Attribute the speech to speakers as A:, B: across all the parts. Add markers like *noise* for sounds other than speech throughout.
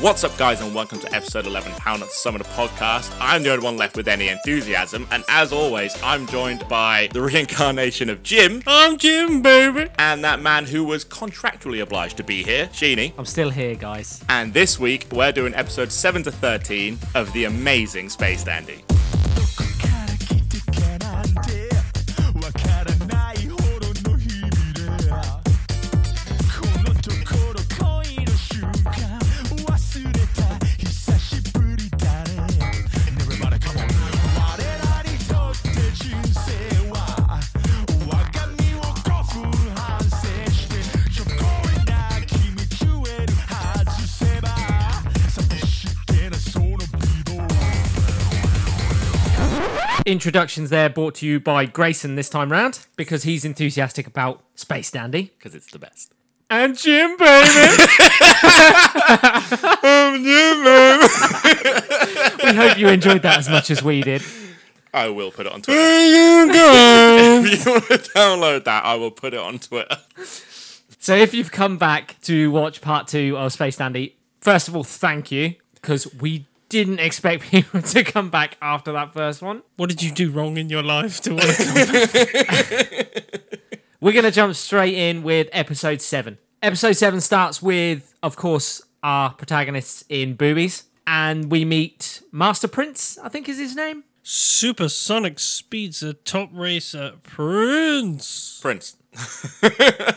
A: What's up, guys, and welcome to episode 11 of How Not to Summon a Podcast. I'm the only one left with any enthusiasm, and as always, I'm joined by the reincarnation of Jim
B: I'm Jim, baby.
A: and that man who was contractually obliged to be here, Sheeny.
B: I'm still here, guys.
A: And this week, we're doing episode 7 to 13 of The Amazing Space Dandy.
C: どこから来てけなんてわからないほどの日々でこのところ恋の瞬間忘れた久しぶりだね Never mind, come on 我らにとって人生は我が身を5分反省してちょこいな君消える外せば寂しげなその美貌
B: Introductions there brought to you by Grayson this time round because he's enthusiastic about Space Dandy.
A: Because it's the best.
B: And Jim, baby. we *laughs* hope you enjoyed that as much as we did.
A: I will put it on Twitter.
B: *laughs*
A: *laughs* if you want to download that, I will put it on Twitter.
B: So if you've come back to watch part two of Space Dandy, first of all, thank you because we didn't expect *laughs* people to come back after that first one.
D: What did you do wrong in your life to
A: *laughs*
D: want to
B: We're going to jump straight in with episode seven. Episode seven starts with, of course, our protagonists in boobies, and we meet Master Prince, I think is his name.
D: supersonic speeds a top racer prince?
A: Prince.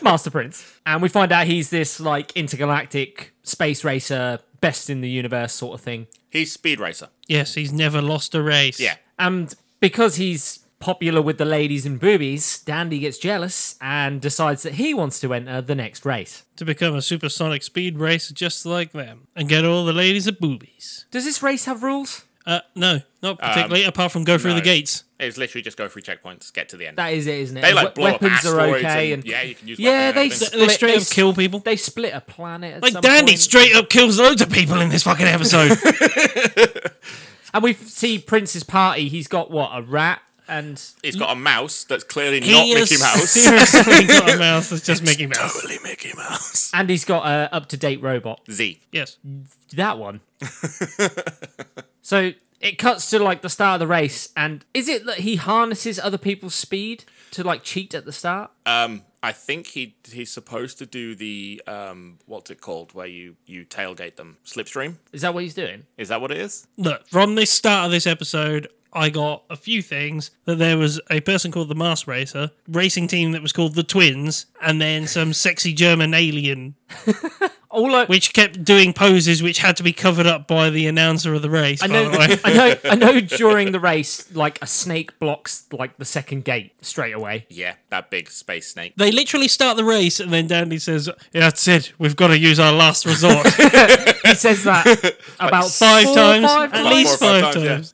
B: Master Prince. And we find out he's this like intergalactic space racer, best in the universe sort of thing.
A: He's Speed Racer.
D: Yes, he's never lost a race.
A: Yeah.
B: And because he's popular with the ladies and boobies, Dandy gets jealous and decides that he wants to enter the next race.
D: to become a supersonic speed racer just like them and get all the ladies a boobies.
B: Does this race have rules?
D: Uh, no, not particularly. apart from go through
A: Um, no.
D: the gates.
A: It's literally just go through checkpoints, get to the end.
B: That is it, isn't it?
A: They, like,
B: We-
A: blow up
B: weapons are
A: asteroids
B: okay,
A: and-
B: and,
A: yeah, you can use
B: yeah.
A: weapons and
B: They
A: everything.
B: split,
D: They straight
B: they
D: up kill people.
B: They split a planet. At
D: Like
B: some
D: Dandy
B: point.
D: straight up kills loads of people in this fucking
A: *laughs*
D: episode.
B: And we see Prince's party. He's got what a rat and
A: He's got a mouse that's clearly not
D: He
A: Mickey
D: is
A: Mouse.
D: *laughs* Seriously, got a mouse that's just Mickey
A: *laughs*
D: Mouse.
A: totally Mickey Mouse.
B: and he's got a up to date robot.
A: *laughs* Z.
D: Yes.
B: That one. *laughs* so it cuts to like the start of the race, and is it that he harnesses other people's speed to like cheat at the start?
A: Um, I think he he's supposed to do the um, what's it called, where you you tailgate them slipstream.
B: Is that what he's doing?
A: Is that what it is?
D: Look, from this start of this episode, I got a few things that there was a person called the Mars Racer, racing team that was called the Twins, and then some sexy German alien,
B: All I,
D: which kept doing poses which had to be covered up by the announcer of the race,
B: I
D: by
B: know,
D: the way.
B: *laughs* I know, I know. During the race, like a snake blocks like the second gate straight away.
A: Yeah, that big space snake.
D: They literally start the race, and then Dandy says, "Yeah, That's it. We've got to use our last resort
B: He says that about
D: five
B: four or
D: times,
B: five
D: at
B: times.
D: least
A: Four or
D: five,
A: five times,
D: times."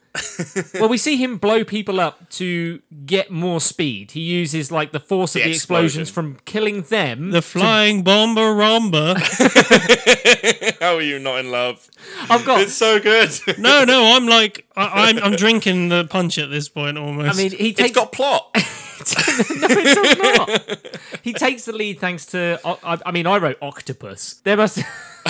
A: yeah.
B: Well, we see him blow people up to get more speed. He uses like the force of
A: The
B: the explosions
A: explosion.
B: from killing them.
D: The flying bomber romba.
A: How are you not in love?
B: I've got.
A: It's so good.
D: No, no, I'm like, I, I'm, I'm drinking the punch at this point
B: I
D: almost.
B: mean, he
A: it's
B: takes.
A: got plot.
B: no, it's not. *laughs* He takes the lead thanks to. o- I, I mean, I wrote octopus. There must. *laughs*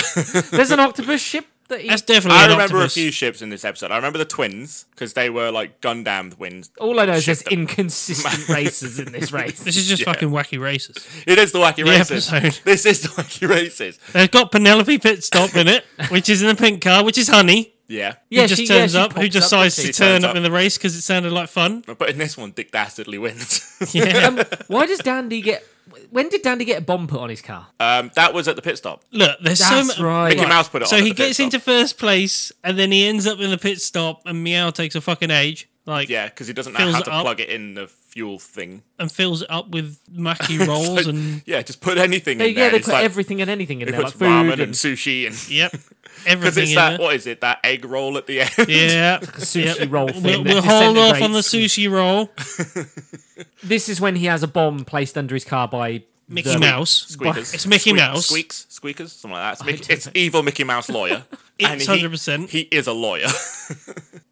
B: There's an octopus ship that he.
D: that's definitely.
A: I
D: an
A: remember a
D: octopus.
A: few ships in this episode. I remember the twins because they were like Gundam twins.
B: All I know is there's
A: Ship them. *laughs*
B: inconsistent races in this race.
D: This is just fucking wacky races.
A: It is the wacky races.
D: episode.
A: This is the wacky races.
D: They've got Penelope Pitstop in it, which is in a pink car, which is Honey.
A: Yeah.
B: Yeah,
D: who just
B: she- yeah,
D: turns
B: she
D: up, who
B: pops
D: just
B: up,
D: decides
B: doesn't
D: to
B: she?
D: turn
A: Turns
D: up.
A: up.
D: in the race because it sounded like fun.
A: But in this one, Dick Dastardly wins.
D: Yeah.
B: Um, why does Dandy get? When did Dandy get a bomb put on his car?
A: *laughs* um, that was at the pit stop.
D: Look, there's so
B: That's
D: much.
B: right.
A: Mickey Mouse put it
D: so
A: on. at
D: he
A: the pit
D: gets
A: stop.
D: into first place, and then he ends up in the pit stop, and Meow takes a fucking age, like,
A: Yeah, because he doesn't know
D: fills
A: how
D: it
A: to
D: up.
A: plug it in the fuel thing. *laughs*
D: and fills it up with mackey rolls
A: Like,
D: and
A: yeah, just put anything
B: They,
A: in there.
B: yeah, they
A: It's
B: put
A: like-
B: everything and anything in
A: It
B: there, like
A: puts
B: food
A: ramen and,
B: and
A: sushi and *laughs*
D: yep,
A: because
D: everything
A: it's
D: in
A: that
D: there.
A: what is it that egg roll at the end?
B: *laughs*
D: Yeah,
B: sushi
D: yep.
B: roll
D: We'll,
B: thing. that
D: we'll hold off on the
B: disintegrates.
D: sushi roll.
B: This is when he has a bomb placed under his car by
D: Mickey
B: the-
D: Mouse.
A: *laughs* Squeakers.
D: It's Mickey Mouse.
A: Squeaks, squeakers, something like that. It's, Mickey,
B: don't
A: it's evil Mickey Mouse lawyer. And he-
D: 100%.
A: He is a lawyer.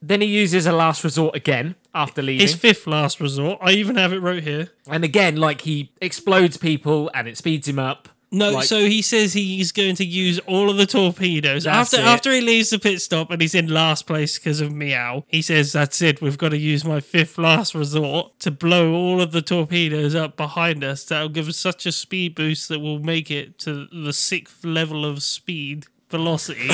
B: Then he uses a last resort again after leaving,
D: His fifth last resort. I even have it wrote here.
B: and again, like he explodes people and it speeds him up.
D: No,
B: Like-
D: so he says he's going to use all of the torpedoes
B: That's
D: after
B: it.
D: after he leaves the pit stop and he's in last place because of meow. He says that's it. We've got to use my fifth last resort to blow all of the torpedoes up behind us. That'll give us such a speed boost that we'll make it to the sixth level of speed
B: *laughs*
D: velocity.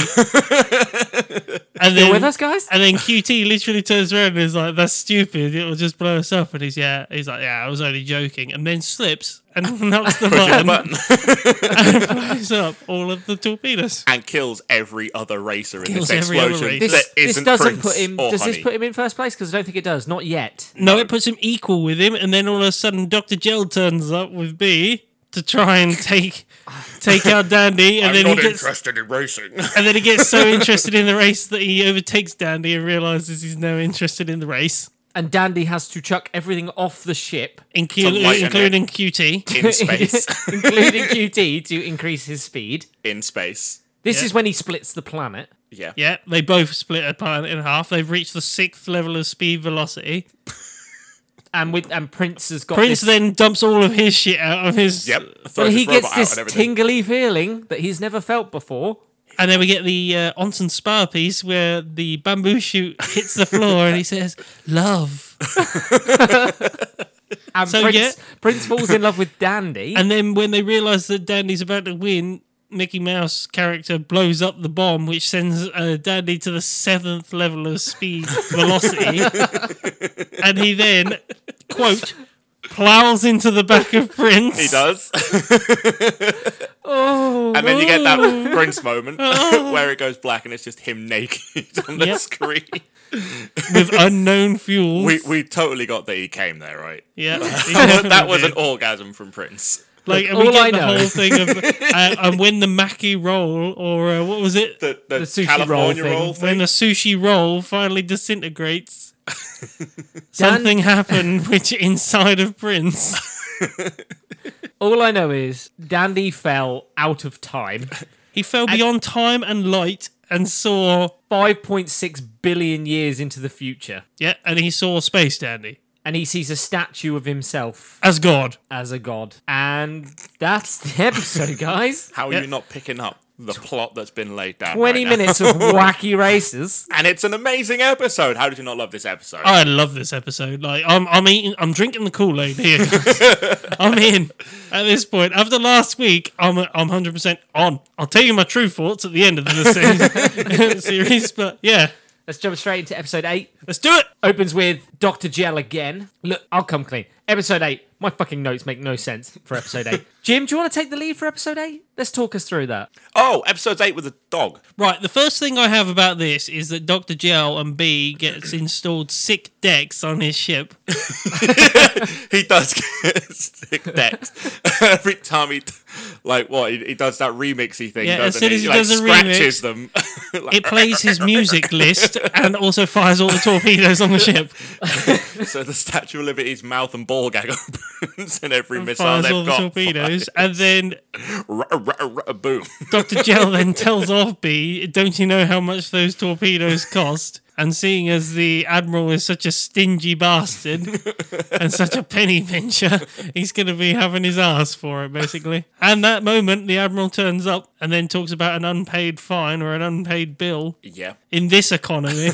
D: and then
B: You're with us, guys?
D: and then QT literally turns around and is like, "That's stupid. It'll just blow us up." And he's yeah, he's like, "Yeah, I was only joking." And then slips and *laughs* knocks
B: *laughs*
D: the button
A: Button
D: and blows up all of the torpedoes.
A: and kills every other racer in
D: Kills
A: this
D: every other
A: explosion.
D: racer.
B: This,
A: that
B: this
A: isn't
B: doesn't
A: Prince
B: put him.
A: or
B: Does
A: honey.
B: this put him in first place? Because I don't think it does. Not yet.
D: No, it puts him equal with him, and then all of a sudden, Doctor Gel turns up with B to try and take take out Dandy, and
A: I'm
D: then he
A: not
D: gets
A: interested in racing.
D: and then he gets so interested in the race that he overtakes Dandy and realizes he's now interested in the race,
B: And Dandy has to chuck everything off the ship, *laughs*
D: inclu-
A: lighten it.
D: including QT.
A: in space.
B: including QT, to increase his speed.
A: in space.
B: This
D: Yeah.
B: is when he splits the planet.
A: Yeah.
D: Yeah, they both split a planet in half. They've reached the sixth level of speed velocity.
B: And with and Prince has got
D: Prince
B: this,
D: then dumps all of his shit out of his.
A: Yep.
B: well,
A: Throws
B: he
A: his robot
B: gets
A: out
B: this
A: and everything.
B: tingly feeling that he's never felt before.
D: And then we get the uh, Onsen Spa piece where the bamboo shoot *laughs* hits the floor and he says, Love.
B: And
D: So,
B: Prince,
D: yeah.
B: Prince falls in love with Dandy.
D: *laughs* And then when they realize that Dandy's about to win, Mickey Mouse character blows up the bomb, which sends uh, Dandy to the seventh level of speed *laughs* velocity. and he then, quote, plows into the back of Prince.
A: He does. *laughs*
B: Oh,
A: and then you get that Prince
B: *laughs*
A: moment where it goes black and it's just him naked *laughs* on the
B: *laughs*
D: Yep.
A: screen.
D: With unknown fuels.
A: We, we totally got that he came there,
B: *laughs*
A: right? *laughs*
D: Yeah,
A: That was an orgasm from Prince.
D: like and
B: all
D: we get
B: I
D: the
B: know-
D: whole
B: *laughs*
D: thing of uh, and when the Mackie roll or uh, what was it
A: The, the,
B: The sushi
A: California
B: roll
A: roll
D: when
A: thing.
D: the sushi roll finally disintegrates. Something happened which inside of Prince
B: All I know is Dandy fell out of time.
D: he fell beyond time and light and saw
B: 5.6 billion years into the future.
D: yeah and he saw Space Dandy
B: And he sees a statue of himself
D: as God.
B: as a god. And that's the *laughs* episode, guys.
A: How are
D: Yeah.
A: you not picking up the plot that's been laid down?
B: 20
A: right now?
B: minutes of wacky races.
A: And it's an amazing episode. How did you not love this episode?
B: Uh,
D: I love this episode. Like I'm, I'm eating, I'm drinking the Kool Aid here. guys. I'm in at this point. After last week, I'm, I'm 100 percent on. I'll tell you my true thoughts at the end of this *laughs* series, series. But yeah,
B: Let's jump straight into episode 8.
D: let's do it.
B: Opens with Dr. Gel again. Look, I'll come clean. Episode 8. My fucking notes make no sense for episode 8. Jim, do you want to take the lead for episode 8? Let's talk us through that.
A: oh, episode 8 with a dog.
D: Right. The first thing I have about this is that Doctor Gel and B gets installed sick decks on his ship.
A: he does get *laughs* sick decks every time he like what he, he does that remixy thing
D: Yeah, as
A: doesn't
D: soon
A: he?
D: as he
A: like
D: does a
A: scratches them *laughs* Like,
D: It plays his music list and also fires all the torpedoes on the ship.
A: so the statue of liberty's mouth and ball gag *laughs* opens and every missile
D: Fires
A: they've
D: all the
A: got *laughs*
D: torpedoes and then
A: r- r- r- r- boom *laughs*
D: Dr. Gel then tells off B, don't you know how much those torpedoes cost? And seeing as the Admiral is such a stingy bastard and such a penny pincher, he's going to be having his ass for it, basically. And that moment, the Admiral turns up and then talks about an unpaid fine or an unpaid bill
A: yeah
D: in this economy.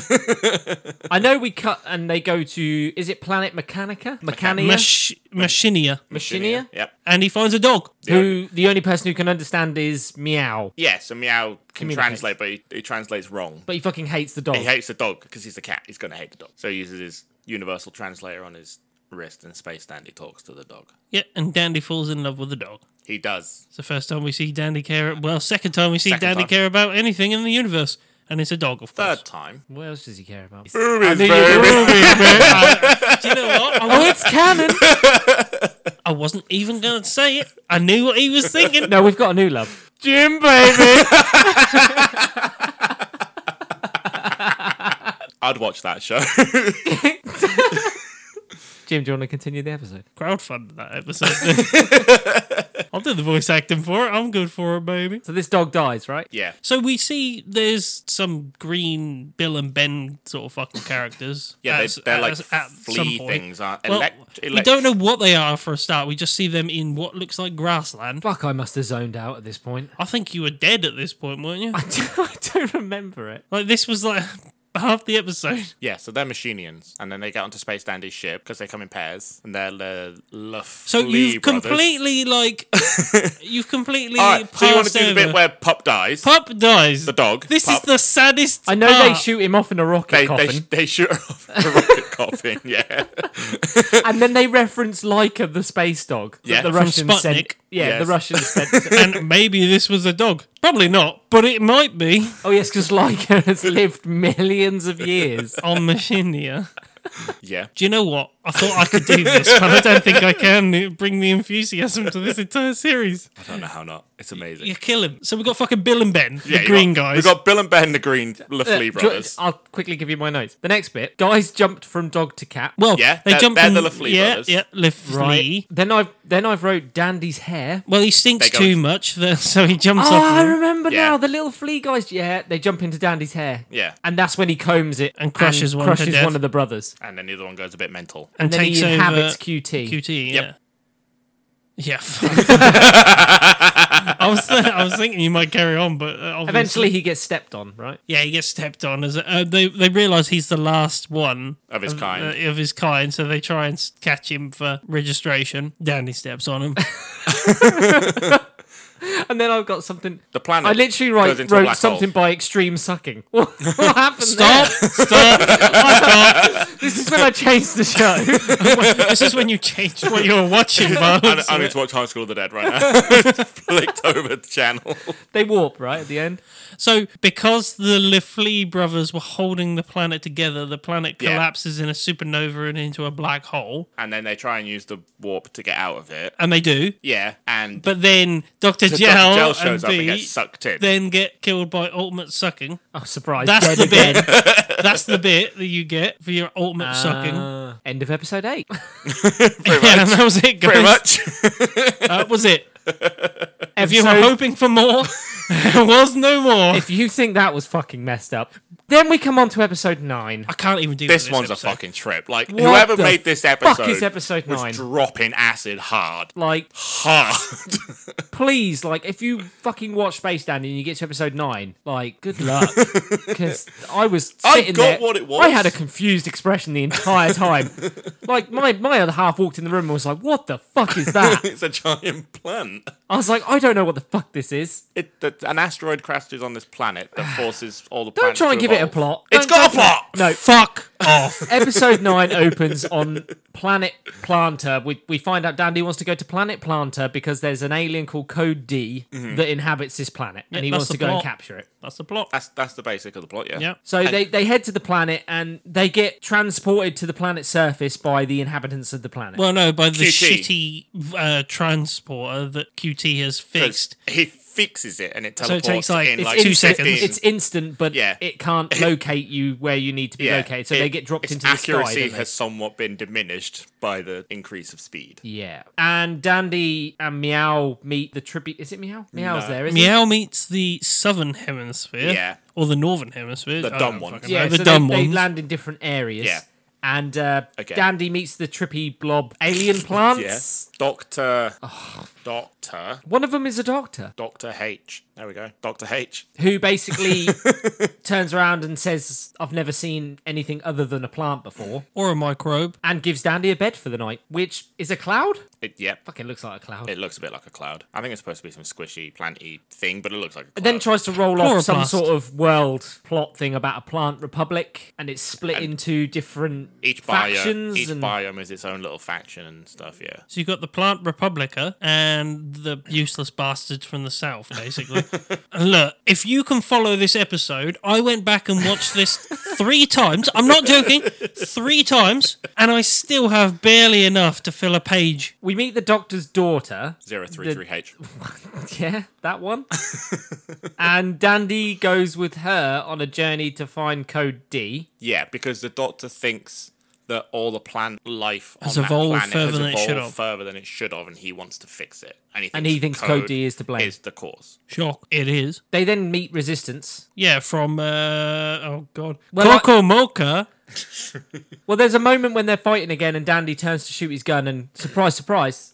B: I know we cut and they go to, is it Planet Mechanica? Mechania?
D: Mach- Machinia.
B: Machinia?
A: yep
D: And he finds a dog.
B: Who the only person who can understand is Meow.
A: yes and meow can
B: Communicates.
A: translate but he, he translates wrong
B: But he fucking hates the dog.
A: he hates the dog because he's a cat he's gonna hate the dog so he uses his universal translator on his wrist and space dandy talks to the dog
D: Yeah, and Dandy falls in love with the dog.
A: he does
D: It's the first time we see Dandy care. Well, second time we see
A: Second
D: Dandy
A: time.
D: care about anything in the universe, and it's a dog, of course.
A: third time
B: What else does he care about?
A: Boom is
B: knew you
A: very
B: were-
D: Do you know what? I,
B: Oh,
D: wa-
B: it's canon!
D: I wasn't even going to say it. I knew what he
A: *laughs*
D: was thinking.
B: No, we've got a new love. Jim, baby!
A: *laughs* I'd watch that show. *laughs*
B: *laughs* Jim, do you want to continue the episode?
D: Crowdfunded that episode.
A: *laughs*
D: I'll do the voice acting for it. I'm good for it, baby.
B: So this dog dies, right?
A: Yeah.
D: So we see there's some green Bill and Ben sort of fucking characters.
A: *laughs* Yeah,
D: at-
A: they, they're like
D: at- at some
A: flea
D: point.
A: things, aren't
D: Well,
A: elect,
D: we don't know what they are for a start. We just see them in what looks like grassland.
B: Fuck, I must have zoned out at this point.
D: I think you were dead at this point,
A: *laughs*
D: weren't you?
B: I don't, I don't remember it.
D: Like this was like *laughs* half the episode.
A: Yeah, so they're Machinians, and then they get onto Space Dandy's ship because they come in pairs, and they're the Luff.
D: So you've completely
A: *laughs*
D: like you've completely
A: All right,
D: passed
A: so you want to do the
D: over.
A: bit where Pup dies?
D: Pup dies.
A: the dog.
D: This
A: Pup.
D: is the saddest.
B: I know they
D: part.
B: shoot him off in a rocket
A: Ah. They,
B: coffin,
A: they, sh- they shoot off the rocket *laughs* coffin, yeah. *laughs*
B: and then they reference Laika the space dog. that
A: Yeah,
B: the
A: from
B: Russians sent.
D: Sputnik.
B: Yeah,
A: Yes.
B: the Russians
A: *laughs*
B: sent.
D: *laughs* and maybe this was a dog. Probably not, but it might be
B: oh yes, because Laika
A: *laughs*
B: has lived millions of years.
D: *laughs* on Machinia.
A: Yeah.
D: Do you know what? I thought I could do this, but I don't think I can It bring the enthusiasm to this entire series.
A: I don't know how not. It's amazing.
D: You kill him. So we got fucking Bill and Ben,
A: Yeah,
D: the
A: you
D: green
A: got-
D: guys.
A: We've got Bill and Ben, the green Luff *laughs*
B: Uh,
A: Lee
B: do-
A: brothers.
B: I'll quickly give you my notes. The next bit, guys jumped from dog to cat.
D: well,
A: Yeah,
D: they
A: they're-
D: jump
A: they're
D: from
A: the Lafley
D: yeah,
A: brothers.
D: yeah, Lafley.
B: Then I've then I've wrote Dandy's hair.
D: Well, he stinks
A: They go-
D: too much, *laughs* that- so he jumps
B: Oh,
D: off
B: I
D: of him
B: remember
A: Yeah.
B: now. The little flea guys. Yeah, they jump into Dandy's hair.
A: Yeah.
B: and that's when he combs it
D: And crushes one to
B: crushes
D: death.
B: one of the brothers.
A: and then the other one goes a bit mental.
D: and,
B: And then
D: takes
B: he
D: over
B: inhabits QT.
D: QT.
A: Yep.
B: *laughs*
D: Yeah. Yeah. fuck. I was I was thinking you might carry on, but uh, obviously-
B: Eventually, he gets stepped on. Right.
D: Yeah, he gets stepped on. As uh, they they realize he's the last one
A: Of his kind.
D: uh, of his kind, so they try and s- catch him for registration. Dandy steps on
B: *laughs*
D: him.
B: And then I've got something.
A: The planet.
B: I literally
A: goes
B: write,
A: into a
B: wrote
A: black hole.
B: something by extreme sucking. *laughs*
D: *laughs*
B: What, what happened
D: Stop!
B: there?
D: Stop!
B: This is when I changed the show. *laughs*
D: this is when you change what you're watching, *laughs* man.
A: I, I need to watch High School of the Dead right *laughs* now. Flicked over the channel.
B: they warp right at the end.
D: So, because the Leflee brothers were holding the planet together, the planet
A: Yeah.
D: collapses in a supernova and into a black hole,
A: And then they try and use the warp to get out of it.
D: and they do.
A: Yeah, and
D: But then Doctor
A: Dr.
D: Gel,
A: Gel shows
D: and
A: up
D: B
A: and gets sucked in.
D: then get killed by ultimate sucking.
B: Oh, surprise!
D: That's
B: dead
D: the
B: again.
D: bit. *laughs* That's the bit that you get for your ultimate sucking.
B: Uh, end of episode eight. *laughs*
D: Yeah, *laughs* and that was it, guys.
A: pretty much.
D: That
B: *laughs*
D: was it. If
B: Episode
D: you were hoping for more, *laughs* there was no more.
B: if you think that was fucking messed up, then we come on to episode nine.
D: I can't even do
A: this,
D: this
A: one's
D: episode.
A: a fucking trip. Like
B: What
A: whoever
B: the
A: made this
B: fuck
A: episode,
B: is episode
A: was
B: nine?
A: dropping acid hard,
B: Like,
A: hard.
B: please, like, if you fucking watch Space Dandy and you get to episode nine, like, good
A: *laughs*
B: luck. Because I was
A: I
B: sitting
A: got
B: there-
A: what it was.
B: I had a confused expression the
A: *laughs*
B: entire time. like, my, my other half walked in the room and was like, what the fuck is that?
A: *laughs* it's a giant plant.
B: I was like, I don't know what the fuck this is.
A: It, that an asteroid crashes on this planet that forces all the
B: Don't
A: planets
B: try and
A: to
B: give it a
A: evolve.
B: plot.
A: It's
B: Don't-
A: got a
B: don't-
A: plot.
B: No,
D: Fuck
B: *laughs*
D: off.
B: episode 9 opens on planet planter we, we find out dandy wants to go to planet planter because there's an alien called code d
A: Mm-hmm.
B: that inhabits this planet and he
D: that's
B: wants to
D: the
B: go and
D: plot.
B: capture it
D: That's the plot.
A: That's that's the basic of the plot. Yeah.
D: Yeah.
B: so they, they head to the planet and they get transported to the planet's surface by the inhabitants of the planet
D: Well, no, by the
A: QT.
D: shitty uh, transporter that QT has fixed.
A: He fixes it and it teleports
D: it takes, like,
A: in
D: it's
A: like
D: two
A: fifteen-
D: seconds.
B: it's instant but
A: Yeah.
B: it can't locate you where you need to be
A: Yeah,
B: located so
A: it-
B: they get dropped
A: its
B: into the sky
A: accuracy
B: don't they?
A: has somewhat been diminished by the increase of speed.
B: yeah and dandy and meow meet the tribute is it meow meow's there isn't it?
D: Meow meets the southern hemisphere.
A: Yeah.
D: Or the northern hemisphere.
A: The
D: I
A: dumb
D: don't
A: ones.
D: fucking know.
B: Yeah,
D: the
B: so
D: dumb
B: they,
D: ones.
B: they land in different areas.
A: Yeah.
B: And uh,
A: Again.
B: Dandy meets the trippy blob alien plants.
A: Yeah. *laughs* Doctor. Doctor.
B: One of them is a doctor
A: Doctor H. There we go. Doctor H. *laughs*
B: who basically turns around and says, I've never seen anything other than a plant before,
D: or a microbe.
B: and gives Dandy a bed for the night, which is a cloud?
A: It, yep.
B: Fucking looks like a cloud.
A: It looks a bit like a cloud. I think it's supposed to be some squishy, planty thing, but it looks like a cloud.
B: And then tries to roll off some
D: Chloroplast.
B: sort of world plot thing about a plant republic, and it's split into different
A: each biome,
B: factions.
A: each
B: and
A: biome is its own little faction and stuff. Yeah.
D: So you've got the plant republica and the useless bastards from the south, basically. and look, if you can follow this episode, I went back and watched this three times. I'm not joking, three times, and I still have barely enough to fill a page.
B: we meet the doctor's daughter,
A: Zero three three H.
B: Yeah,
A: *laughs*
B: that one. and Dandy goes with her on a journey to find Code D.
A: Yeah, because the Doctor thinks that all the plant life
D: Has
A: on that
D: evolved
A: planet
D: further
A: has
D: than it should
A: evolved
D: have.
A: further than it should have, and he wants to fix it. And he thinks,
B: And he thinks
A: code
B: Cody is to blame.
A: Is the cause?
D: Shock. It is.
B: They then meet Resistance.
D: Yeah, from uh oh god.
B: Well,
D: Coco Mocha.
B: Well, there's a moment when they're fighting again, and Dandy turns to shoot his gun, and surprise, surprise,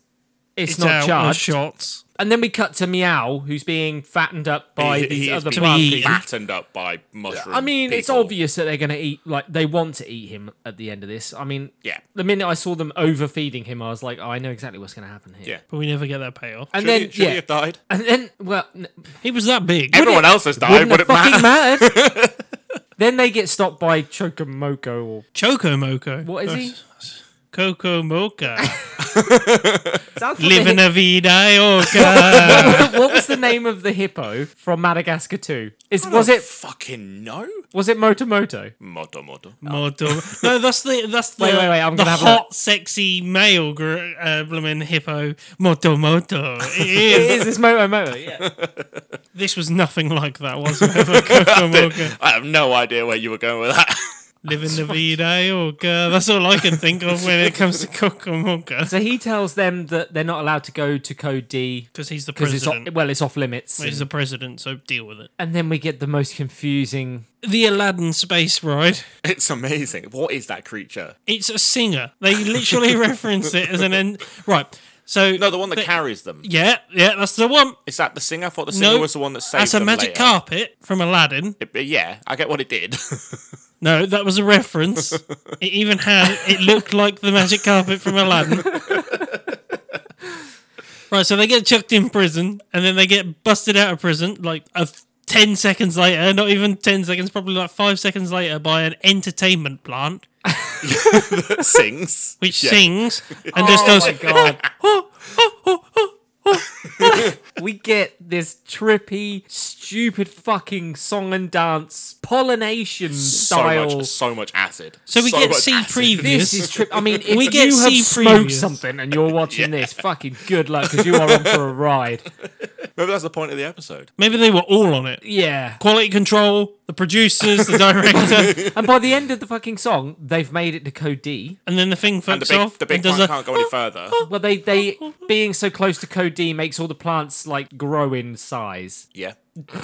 B: it's,
D: It's
B: not
D: out of
B: charged.
D: shots.
B: And then we cut to Meow, who's being fattened up by
A: he,
B: these
A: he is
B: other
A: being
B: plant
D: eaten.
B: people.
A: battened up by mushroom.
B: I mean, it's
A: people.
B: obvious that they're going to eat, like, they want to eat him at the end of this. I mean,
A: Yeah.
B: the minute I saw them overfeeding him, I was like, oh, I know exactly what's going to happen here.
A: Yeah.
D: But we never get that payoff.
B: And
A: Should
B: then,
A: he, should
B: yeah.
A: he have died?
B: And then, well, n-
D: He was that big.
A: Everyone else has died.
B: wouldn't
A: Would
B: have
A: it matter?
B: fucking mattered.
A: *laughs*
B: then they get stopped by Chocomoco or
D: Choco Moco.
B: what is he?
D: Coco Mocha.
B: *laughs* Sounds like
D: Living
B: the
D: a vida oh,
B: *laughs*
D: oca.
B: hip- what was the name of the hippo from Madagascar 2?
A: Oh.
B: Is was it
A: fucking no?
B: was it Motomoto?
A: Moto moto.
D: Moto. No, that's the that's the
B: Wait, wait, wait, I'm
D: the
B: gonna have a
D: hot, sexy male gr- uh, bloomin' hippo. Moto
B: *laughs*
D: Moto. It is.
B: It is it's Motomoto, yeah.
D: this was nothing like that whatsoever. Coco Mocha.
A: I have no idea where you were going with that. *laughs*
D: Living the vida oca. That's all I can think of when it comes to
B: *laughs*
D: Coco
B: *laughs*
D: Mocha.
B: So he tells them that they're not allowed to go to Code D
D: Because he's the
B: because it's off,
D: president.
B: well, it's off limits.
D: He's
B: And,
D: the president, so deal with it.
B: and then we get the most confusing.
D: The Aladdin space ride.
A: it's amazing. What is that creature?
D: It's a singer. They
B: *laughs*
D: literally reference it as an end. Right. So
A: No, the one that carries them.
D: yeah, yeah, that's the one.
A: Is that the singer? I thought the singer
D: No,
A: was the one that saved
D: that's a
A: them
D: magic
A: later.
D: carpet from Aladdin.
A: It- but yeah, I get what it did. *laughs*
D: No, that was a reference. it even had. It looked like the magic carpet from Aladdin. right. So they get chucked in prison, and then they get busted out of prison like a. 10 seconds later, not even 10 seconds, probably like 5 seconds later, by an entertainment plant
A: Sings.
D: which
A: Yeah. *laughs*
D: sings and just
B: Oh
D: goes,
B: my god! *laughs* we get this trippy, stupid fucking song and dance pollination
A: So
B: style.
A: much, so much acid.
D: So we get
A: much
D: C
A: acid.
D: previous.
B: This is trip. I *laughs* mean, if
D: We get
B: you have
D: sea
B: smoked
D: previews.
B: something and you're watching this, fucking good luck because you are on *laughs* for a ride.
A: Maybe that's the point of the episode.
D: Maybe they were all on it.
B: Yeah.
D: Quality control, the producers,
A: *laughs*
D: the director,
B: And by the end of the fucking song, they've made it to Code D.
D: and then the thing
A: And the
D: fucks
A: big,
D: off.
A: the big
D: and does
A: plant
D: a-
A: can't go
D: *laughs*
A: any further.
B: Well, they they being so close to Code D makes all the plants like grow in size, *laughs*
A: Yeah.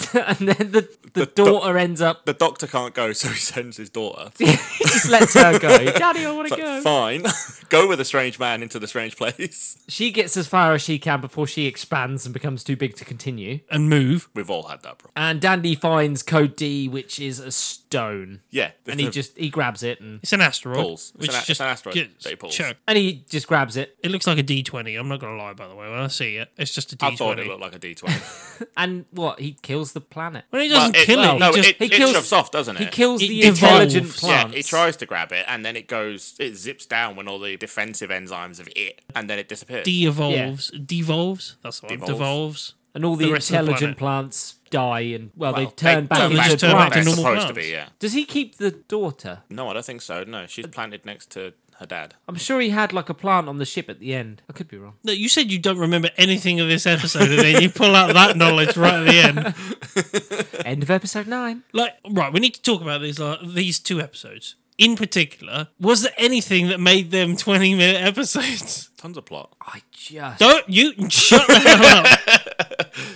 B: and then the the, daughter ends up.
A: The doctor can't go, *laughs* so he sends his
D: *laughs*
A: daughter.
B: he just lets her go. Daddy, I want to go.
A: Fine. *laughs* go with a strange man into the strange place. *laughs*
B: She gets as far as she can before she expands and becomes too big to continue.
D: and move.
A: We've all had that problem.
B: And Dandy finds Code D, which is a stone,
A: Yeah.
B: and he just he grabs it and
D: It's an asteroid.
A: Pulls. It's
D: Which
A: an a- it's
D: just
A: an asteroid
D: gets
A: that he pulls.
D: chucked.
B: and he just grabs it
D: It looks like a D20. I'm not going to lie, by the way. When I see it, it's just a
A: I thought it
D: D20.
A: looked like a D20.
B: and what he kills the planet.
D: Well, he doesn't kill
A: well,
D: it.
A: No,
D: he just,
A: it,
B: he
A: it
B: kills-
A: shoves off, doesn't it?
B: He kills
D: It
B: the
D: devolves.
B: intelligent
A: Yeah,
B: plants.
A: he tries to grab it, and then it goes, it zips down when all the defensive enzymes of it, and then it disappears.
D: de-evolves. Devolves? That's the one.
A: Devolves.
D: Devolves.
B: and all the,
D: the rest of the
B: intelligent
D: planet.
B: plants die, and well,
A: Well,
B: they turn back
D: they
B: into
D: just turn back
B: plants.
D: to
A: They're
D: normal
A: supposed to
D: plants.
A: be, yeah.
B: Does he keep the daughter?
A: No, I don't think so. No, she's planted next to her dad.
B: I'm sure he had like a plant on the ship at the end. I could be wrong.
D: No, you said you don't remember anything of this episode, and then you pull out that knowledge right at the
A: *laughs*
D: end.
B: End of episode nine.
D: like right we need to talk about these like, these two episodes in particular was there anything that made them 20 minute episodes *laughs*
A: Tons of plot.
B: I just
D: don't you shut the hell up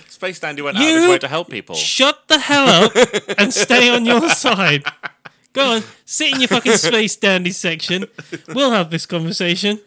A: Space Dandy went out of his
D: You-
A: way to help people.
D: shut the hell up and stay
A: *laughs*
D: on your side go on sit in your fucking space dandy section we'll have this conversation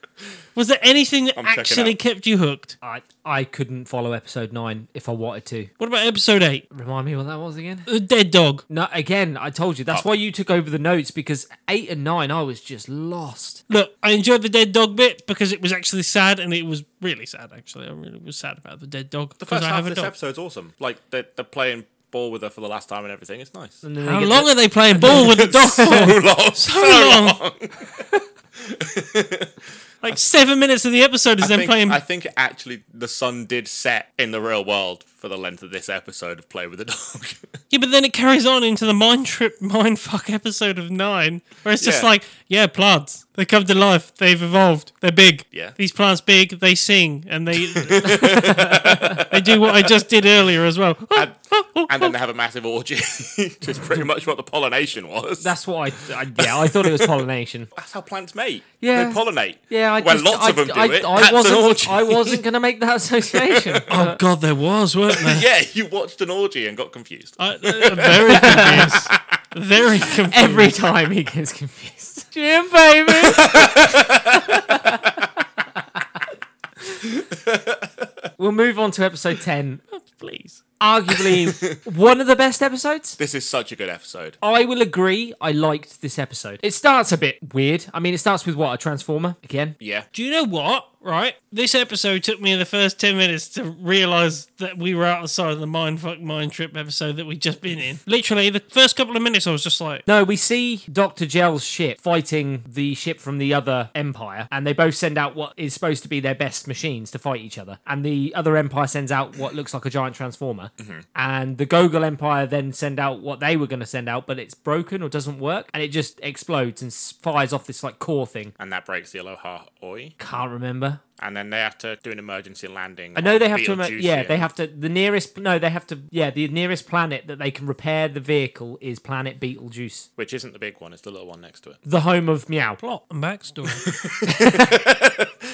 D: was there anything that
A: checking
D: actually
A: out.
D: kept you hooked
B: I I couldn't follow episode nine if I wanted to.
D: what about episode 8
B: Remind me what that was again.
D: the dead dog
B: No, again, I told you that's why you took over the notes because eight and nine, I was just lost.
D: Look, I enjoyed the dead dog bit because it was actually sad, and it was really sad. Actually, I really was sad about the dead dog
A: The
D: because
A: first
D: I
A: half
D: have
A: of
D: a
A: this
D: dog.
A: episode's awesome. Like, they're, they're playing ball with her for the last time and everything. It's nice. *laughs*
B: And then they
D: How
B: get
D: long are they playing ball with the dog for?
A: So long.
D: So long. *laughs* like seven minutes of the episode is
A: I
D: them
A: think,
D: playing.
A: I think actually the sun did set in the real world for the length of this episode of Play with the Dog.
D: yeah, but then it carries on into the mind trip, mind fuck episode of nine, where it's just
A: Yeah.
D: like, yeah, plants. They come to life. They've evolved. They're big.
A: Yeah.
D: These plants *laughs* big. They sing and they they do what I just did earlier as well.
A: and, *laughs* and then they have a massive orgy, *laughs* which is pretty much what the pollination was.
B: That's what I, I yeah, I thought it was pollination.
A: That's how plants mate.
B: Yeah.
A: They pollinate.
B: Yeah, I
A: When
B: just,
A: lots
B: I,
A: of them do
B: I,
A: it,
B: I
A: that's
B: wasn't,
A: an orgy.
B: I wasn't going to make
A: *laughs*
B: that association.
D: Oh God, there was, weren't there?
A: uh, yeah, *laughs* you watched an orgy and got confused.
D: I, uh, very confused. Very confused.
B: *laughs* Every time he gets confused. Jim,
A: *laughs*
B: baby. we'll move on to episode 10.
D: please.
B: Arguably one of the best episodes.
A: This is such a good episode.
B: I will agree, I liked this episode. It starts a bit weird. I mean, it starts with what? A transformer? Again?
A: Yeah.
D: Do you know what? Right, this episode took me the first ten minutes to realise that we were outside of the mindfuck mind trip episode that we'd just been in. Literally, the first couple of minutes, I was just like,
B: No, we see Dr. Gel's ship fighting the ship from the other Empire, and they both send out what is supposed to be their best machines to fight each other. And the other Empire sends out what looks like a giant transformer. And the Gogol Empire then send out what they were going to send out, but it's broken or doesn't work, and it just explodes and s- fires off this like core thing.
A: And that breaks the Aloha Oi.
B: Can't remember.
A: And then they have to do an emergency landing.
B: I know they have to. emo- Yeah, they have to. The nearest. No, they have to. Yeah, the nearest planet that they can repair the vehicle is planet Beetlejuice,
A: Which isn't the big one, it's the little one next to it. *laughs*
B: the home of Meow.
D: plot and backstory.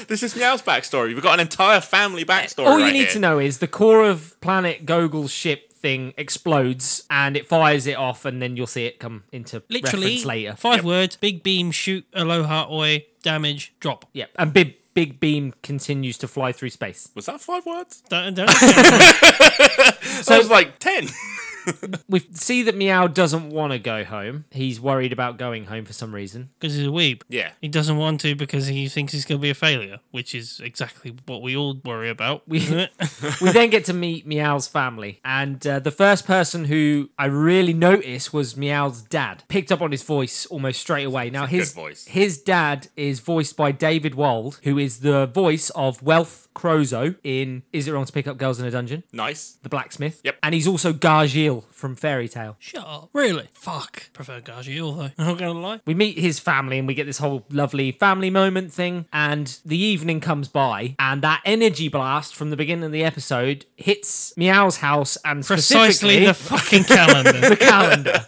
A: This is Meow's backstory. We've got an entire family backstory.
B: All you
A: right
B: need
A: here.
B: to know is the core of Planet Gogol's ship thing explodes and it fires it off, and then you'll see it come into
D: Literally,
B: reference later.
D: five words: big beam, shoot, aloha, oi, damage, drop.
B: yeah, and big big beam continues to fly through space.
A: Was that five words?
D: Don't, don't-
A: So, I was like
B: *laughs*
A: 10.
B: We see that Meow doesn't want to go home. He's worried about going home for some reason.
D: because he's a weeb.
A: Yeah.
D: He doesn't want to because he thinks he's going to be a failure, which is exactly what we all worry about. isn't it? *laughs*
B: we then get to meet Meow's family, and uh, the first person who I really noticed was Meow's dad. Picked up on his voice almost straight away. Now his
A: good voice.
B: his dad is voiced by David Wald, who is the voice of Wealth Crozo in "Is It Wrong to Pick Up Girls in a Dungeon?"
A: Nice. *laughs*
B: The blacksmith.
A: Yep.
B: And he's also Gargiel from Fairy Tale.
D: Shut up. Really? Fuck. Prefer Gargiel, though. I'm not going to lie.
B: We meet his family and we get this whole lovely family moment thing. And the evening comes by, and that energy blast from the beginning of the episode hits Meow's house and
D: Precisely
B: specifically
D: the fucking calendar. *laughs*
B: the *laughs* calendar.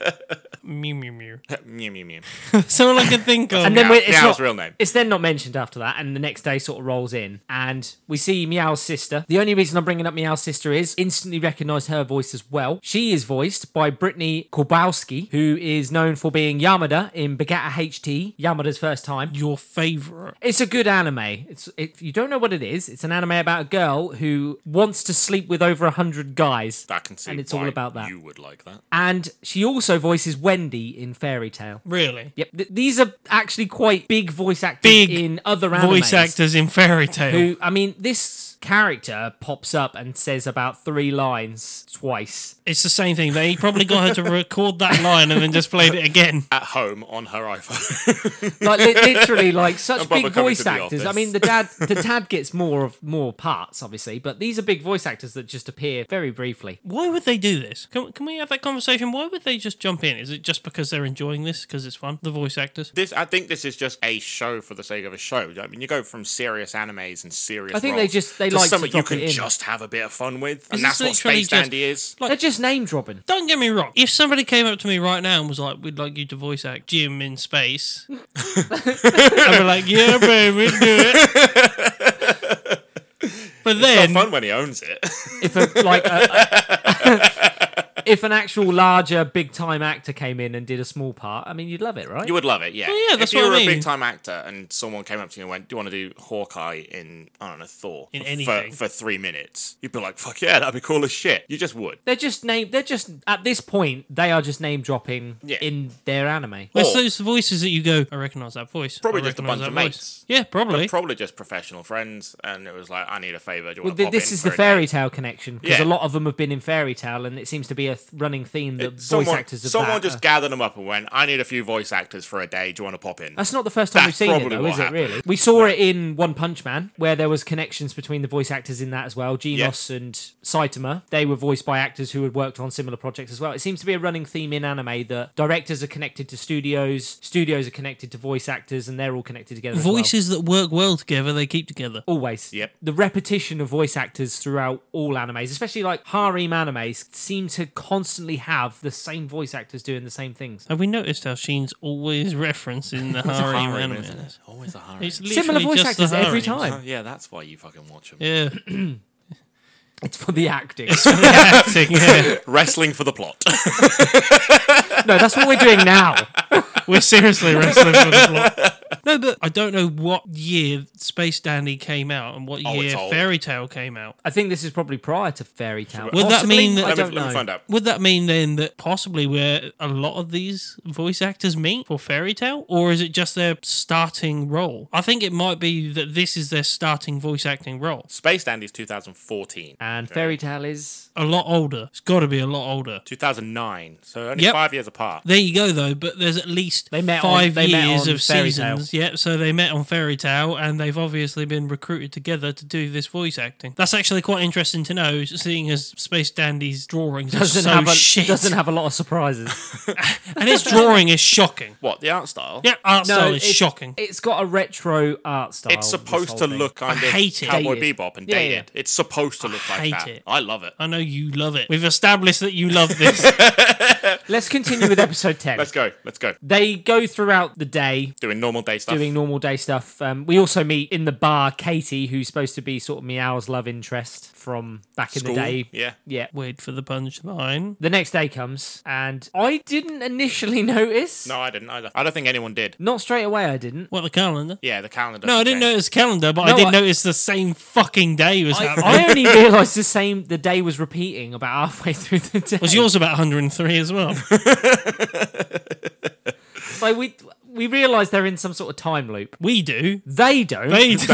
D: mew, mew, mew.
A: mew, mew, mew.
D: That's all I can think of.
B: And then
A: Meow-
B: we- it's
A: Meow's
B: not,
A: real name.
B: It's then not mentioned after that, and the next day sort of rolls in, and we see Meow's sister. The only reason I'm bringing up Meow's sister is instantly recognise her voice as well. She is voiced by Brittany Korbowski, who is known for being Yamada in Bagata HT, Yamada's first time.
D: Your favourite.
B: It's a good anime. It's if you don't know what it is, it's an anime about a girl who wants to sleep with over a hundred guys,
A: I can see
B: And it's all
A: why
B: about that.
A: You would like that.
B: and she also voices Wendy in Fairy Tale.
D: Really?
B: Yep, th- these are actually quite big voice actors
D: Big
B: in other animes.
D: Voice actors in fairy tale.
A: Oh.
B: Who, I mean, this character pops up and says about three lines twice.
D: It's the same thing. They probably got her to record that line and then just played it again.
A: At home on her iPhone. *laughs*
B: Like li- literally, like such
A: And Bubba coming
B: big
A: to
B: voice
A: the
B: actors. I
A: office.
B: mean, the dad,
A: *laughs*
B: the dad gets more of more parts, obviously, but these are big voice actors that just appear very briefly.
D: Why would they do this? Can, can we have that conversation? Why would they just jump in? Is it just because they're enjoying this? Because it's fun? The voice actors?
A: This, I think, this is just a show for the sake of a show. I mean, you go from serious animes and serious.
B: I think they
A: roles
B: just- they
A: to
B: like to
A: something you
B: drop it
A: can
B: in.
A: just have a bit of fun with,
D: This
A: and that's
D: is
A: what
D: literally
A: Space
D: just-
A: Dandy is.
D: Like-
B: They're just name dropping.
D: Don't get me wrong. If somebody came up to me right now and was like, "We'd like you to voice act Jim in space,"
A: *laughs*
D: I'd be like, "Yeah, baby, do it."
A: *laughs*
D: But
A: It's
D: then,
A: not fun when he owns it. *laughs*
B: If a, like a, if an actual larger big time actor came in and did a small part, I mean, you'd love it, right?
A: you would love it, yeah.
D: yeah, that's
A: if you
D: what I
A: were
D: mean.
A: a big time actor and someone came up to you and went, "Do you want to do Hawkeye in I don't know Thor
D: In
A: for,
D: anything.
A: for three minutes?" You'd be like, "Fuck yeah, that'd be cool as shit." You just would.
B: They're just name. They're just at this point. They are just name dropping
A: Yeah.
B: in their anime.
D: it's
A: Or-
D: those voices that you go, "I recognize that voice."
A: Probably
D: I
A: just a
D: recognise
A: bunch
D: that
A: of
D: voice."
A: mates.
D: Yeah, probably.
A: Probably just professional friends, and it was like, "I need a favor. Do you
B: Well,
A: want
B: th-
A: to pop
B: this
A: in
B: is
A: for
B: the
A: a day?"
B: fairy tale connection because
A: Yeah.
B: a lot of them have been in fairy tale, and it seems to be a th- running theme that voice
A: someone
B: actors have
A: someone just gathered them up and went, I need a few voice actors for a day. Do you want to pop in?
B: That's not the first time
A: That's
B: we've seen it,
A: probably
B: though,
A: what
B: is
A: happened.
B: it? Really, we saw it in One Punch Man, where there was connections between the voice actors in that as well. Genos and Saitama, they were voiced by actors who had worked on similar projects as well. It seems to be a running theme in anime that directors are connected to studios, studios are connected to voice actors, and they're all connected together. as well.
D: Voices that work well together, they keep together.
B: Always.
A: Yep.
B: The repetition of voice actors throughout all animes, especially like harem animes, seem to constantly have the same voice actors doing the same things. *laughs*
D: Have we noticed how Sheen's always *laughs* referencing the
A: It's a
D: harem
A: harem,
D: anime?
A: isn't it? Always a harem.
D: It's
B: Similar
D: literally
B: voice
D: just the
B: actors every
D: harems.
A: Oh,
B: time.
A: yeah, that's why you fucking watch them.
B: *laughs*
D: Yeah,
B: It's for the acting.
D: acting. Yeah,
A: *laughs* Wrestling for the plot.
B: no, that's what we're doing now.
D: we're seriously wrestling for the plot. No, but I don't know what year Space Dandy came out and what
A: Oh, it's
D: year
A: old.
D: Fairy Tale came out.
B: I think this is probably prior to Fairy Town.
D: Would that mean that-
B: I
A: let, me,
B: don't
A: let me
B: know.
A: find out.
D: Would that mean then that possibly where a lot of these voice actors meet for Fairy Tale, or is it just their starting role? I think it might be that this is their starting voice acting role.
A: Space Dandy's 2014.
B: And Fairy Tale is
D: A lot older. It's got to be a lot older.
A: 2009. So only
D: Yep.
A: five years apart.
D: There you go, though. But there's at least
B: They met on-
D: five
B: they met
D: years
B: on
D: of
B: Fairy Tail.
D: seasons. Yep. So they met on Fairy Tale, and they've obviously been recruited together to do this voice acting. That's actually quite interesting to know, seeing as Space Dandy's drawings are
B: doesn't
D: so
B: have a *laughs*
D: shit,
B: doesn't have a lot
A: *laughs*
B: of surprises.
D: and his drawing is shocking.
A: What, the art style?
B: *laughs*
D: Yeah, art style is
B: it's-
D: shocking.
B: It's got a retro art style.
A: It's supposed
B: this
A: to
B: whole thing.
A: look kind
D: I
A: of
D: hate it.
A: Cowboy
B: Dated.
A: Bebop and
B: Yeah, yeah.
A: dated. It's supposed to look like
D: hate
A: that.
D: it. Uh,
A: I love it.
D: I know you love it. We've established that you
B: *laughs*
D: love this.
B: Let's continue
A: *laughs*
B: with episode ten.
A: Let's go. Let's go.
B: They go throughout the day
A: Doing normal day stuff.
B: doing normal day stuff. Um, we also meet in the bar Katie, who's supposed to be sort of Meow's love interest from back in
A: School.
B: the day.
A: Yeah.
B: Yeah.
D: Wait for the punchline.
B: The next day comes, and I didn't initially *laughs* notice.
A: No, I didn't either. I don't think anyone did.
B: Not straight away, I didn't.
D: What the calendar?
A: Yeah, the calendar.
D: No, I didn't
A: changed.
D: notice calendar, but I
B: No,
D: did
B: I-
D: notice the same fucking day was
B: I,
D: happening.
B: I only realised the same. The day was repeating about halfway *laughs* through the day.
D: was yours about 103 as
B: *laughs*
D: well?
B: Like we we realise they're in some sort of time loop.
D: We do.
B: They don't,
D: They do.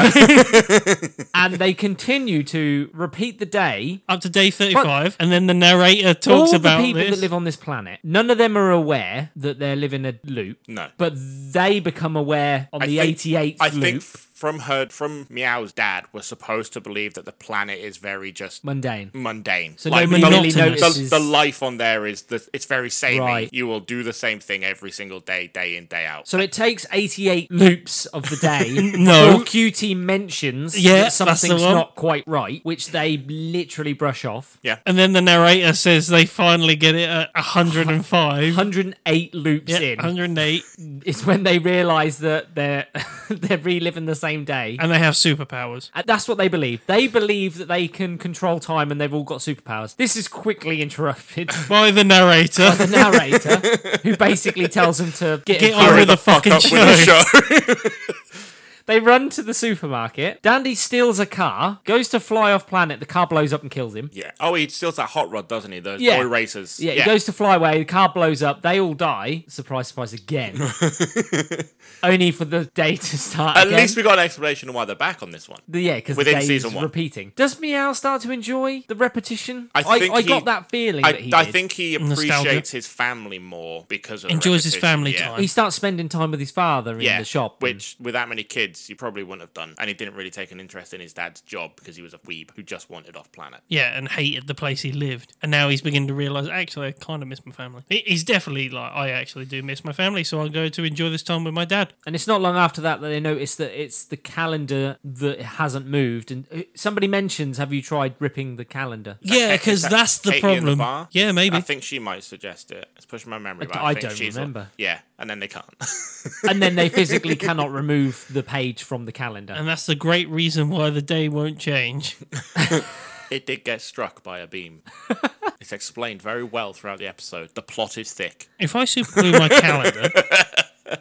B: and they continue to repeat the day.
D: Up to day 35, and then the narrator talks
B: All
D: about
B: the people
D: this.
B: that live on this planet, none of them are aware that they're living a loop.
A: No.
B: but they become aware on
A: I
B: the
A: think-
B: 88th
A: I
B: loop.
A: think f- from her, from Meow's dad, we're supposed to believe that the planet is very just
B: mundane.
A: mundane.
B: So
A: Like,
B: nobody really
D: monotonous.
A: the,
B: notices.
A: the life on there is the it's very samey.
B: Right.
A: You will do the same thing every single day, day in, day out.
B: so it takes
D: *laughs*
B: 88 loops of the day.
D: No.
B: Or QT mentions
D: Yeah,
B: that
D: that's the
B: something's
D: one.
B: not quite right, which they literally brush off.
A: yeah.
D: and then the narrator says they finally get it at 105.
B: 108 loops
D: Yeah,
B: in
D: 108.
B: is when they realize that they're *laughs* they're reliving the same day.
D: And they have superpowers.
B: And that's what they believe. They believe that they can control time and they've all got superpowers. This is quickly interrupted *laughs* by
D: By the narrator. *laughs*
B: the narrator, who basically tells them to get,
D: Get
B: in
D: on
B: character.
D: with the fucking
A: Up with the
D: show. *laughs*
A: show.
B: They run to the supermarket. Dandy steals a car, goes to fly off planet. The car blows up and kills him.
A: yeah. Oh, he steals that hot rod, doesn't he? The
B: Yeah.
A: toy racers.
B: Yeah, he goes to fly away. The car blows up. They all die. Surprise, surprise
A: *laughs*
B: again. Only for the day to start.
A: At
B: again.
A: least we got an explanation of why they're back on this one.
B: The- yeah, because
A: Within
B: the day
A: season
B: is
A: one.
B: repeating. Does Meow start to enjoy the repetition?
A: I think
B: I,
A: he-
B: got that feeling that
A: I,
B: he
A: I
B: did.
A: think he
D: Nostalgia.
A: appreciates his family more because of the
D: Enjoys his
A: repetition,
D: family
A: yeah.
D: time.
B: he starts spending time with his father in the shop. and-
A: Which, with that many kids, you probably wouldn't have done. And he didn't really take an interest in his dad's job because he was a weeb who just wanted off planet.
D: Yeah, and hated the place he lived. And now he's beginning to realise, actually, I kind of miss my family. He- He's definitely like, I actually do miss my family, so I'll go to enjoy this time with my dad.
B: And it's not long after that that they notice that it's the calendar that hasn't moved. And uh, somebody mentions, "Have you tried ripping the calendar?"
D: yeah,
A: Is
D: because
A: that
D: that's the
A: Katie in
D: problem.
A: bar?
D: yeah, maybe.
A: I think she might suggest it. It's pushing my memory, but I,
B: I
A: think
B: don't
A: she's
B: remember.
A: yeah, and then they can't. *laughs*
B: and then they physically cannot remove the page from the calendar.
D: and that's the great reason why the day won't change.
A: it did get struck by a
B: *laughs*
A: beam. it's explained very well throughout the episode. The plot is thick.
D: If I superglue
B: *laughs*
D: my calendar,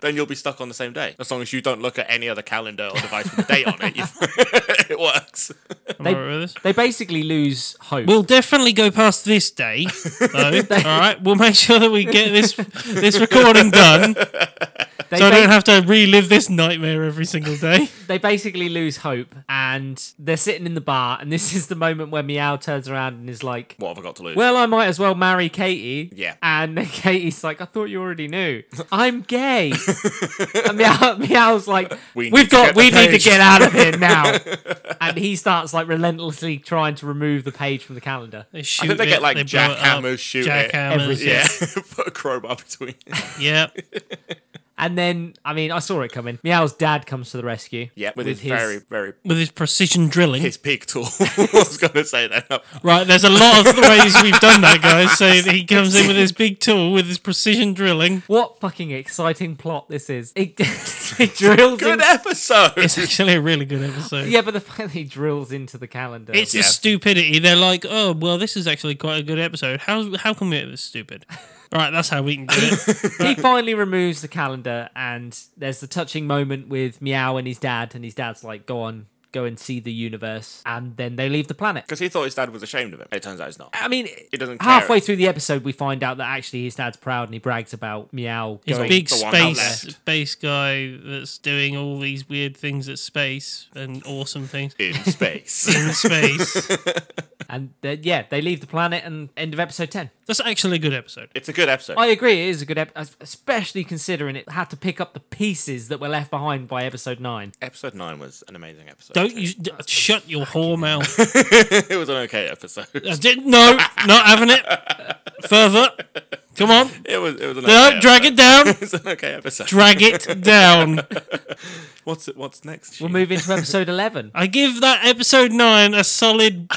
A: Then you'll be stuck on the same day as long as you don't look at any other calendar or device with a date on it. *laughs* You, it works.
D: I'm all right with this.
B: They basically lose hope.
D: We'll definitely go past this day, though. all right, we'll make sure that we get this this recording done.
B: They
D: so I
B: ba-
D: don't have to relive this nightmare every
A: *laughs*
D: single day.
B: they basically lose hope and they're sitting in the bar and this *laughs* is the moment where Meow turns around and is like
A: What have I got to lose?
B: well I might as well marry Katie
A: Yeah.
B: and then *laughs* Katie's like I thought you already
A: *laughs*
B: knew I'm gay and Meow, Meow's like
A: We
B: we
A: need to get
B: have got
A: the
B: we need to
A: page."
B: get out of
A: *laughs*
B: here now and he starts like relentlessly trying to remove the page from the calendar
D: They shoot
A: they
D: it,
A: get, like,
D: blow it up,
A: jackhammers, shoot it,
D: jackhammers.
A: yeah, *laughs* put a crowbar *laughs* between.
D: yeah.
B: and then I mean I saw it coming Meow's dad comes to the rescue
A: Yeah, with, his, very, very
D: With his precision drilling.
A: his big tool. *laughs* I was gonna say that.
D: Right, there's a lot of ways we've done that, guys. So he comes in with his big tool with his precision drilling.
B: what fucking exciting plot this is *laughs* it, it
A: *laughs*
B: drills
A: Good
B: in-
A: episode.
D: It's actually a really good episode.
B: *laughs* Yeah, but the fact that he drills into the calendar.
D: It's
A: Yeah.
D: the stupidity. They're like, oh, well, this is actually quite a good episode. How how come it was stupid? right, that's how we can do it.
A: *laughs*
B: he finally removes the calendar, and there's the touching moment with Meow and his dad, and his dad's like, "Go on, go and see the universe," and then they leave the planet.
A: Because he thought his dad was ashamed of him. It turns out he's not.
B: I mean,
A: He doesn't care.
B: halfway through the episode, we find out that actually his dad's proud, and he brags about Meow.
D: His
B: going-
D: big
A: the one that
D: space
A: left.
D: space guy that's doing all these weird things at space and awesome things
A: *laughs* In space.
D: *laughs* in space.
A: *laughs*
B: and then, yeah, they leave the planet, and end of episode ten.
D: that's actually a good episode.
A: it's a good episode.
B: I agree, it is a good episode, especially considering it had to pick up the pieces that were left behind by episode nine.
A: episode nine was an amazing episode.
D: Don't
A: too.
D: you d- shut your whore mouth.
A: *laughs* it was an okay episode.
D: *laughs* I did- no, not having it. Further.
A: *laughs*
D: Come on.
A: It was. It was an.
D: No,
A: okay
D: drag it down.
A: It's an okay episode. *laughs*
D: Drag it down.
A: what's what's next?
B: We'll move into
D: *laughs*
B: episode eleven.
D: I give that episode 9 a solid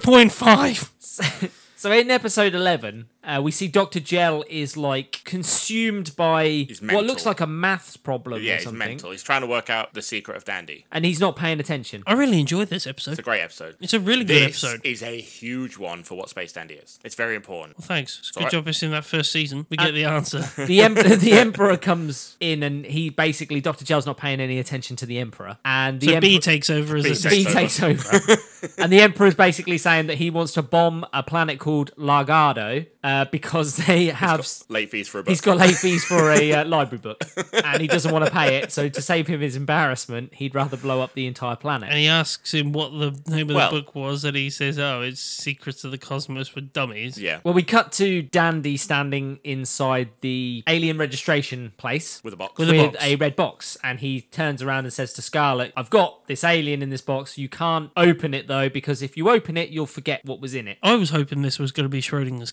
D: 0.5.
B: So in episode 11, uh, we see Dr. Gel is like consumed by
A: mental.
B: what looks like a maths problem
A: yeah,
B: or
A: he's
B: something.
A: mental. He's trying to work out the secret of Dandy.
B: And he's not paying attention.
D: I really enjoyed this
A: It's a
D: episode.
A: great episode.
D: It's a really good
A: this
D: episode.
A: is a huge one for what Space Dandy is. It's very important.
D: Thanks. It's a good
A: alright.
D: job it's in that first season. We get the
A: Uh, *laughs*
D: answer.
B: The em- *laughs* the emperor comes in and he basically Dr. Gel's not paying any attention to the emperor. And the
D: So
B: emperor
D: B takes over as
A: B
D: a
A: takes
B: B
D: second.
B: takes over.
D: *laughs*
B: and the emperor is basically saying that he wants to bomb a planet called Largado uh, because they have
A: Late fees for a book.
B: He's got late fees for a uh, library
D: *laughs*
B: book, and he doesn't want to pay it. So to save him his embarrassment, he'd rather blow up the entire planet.
D: And he asks him what the name of
A: Well-
D: the book was, and he says, "Oh, it's Secrets of the Cosmos for Dummies."
A: yeah,
B: Well, we cut to Dandy standing inside the alien registration place
A: with a box.
D: With a
B: with
D: box.
B: a red box, and he turns around and says to Scarlet, "I've got this alien in this box. You can't open it though, because if you open it, you'll forget what was in it."
D: I was hoping this was going to be Schrodinger's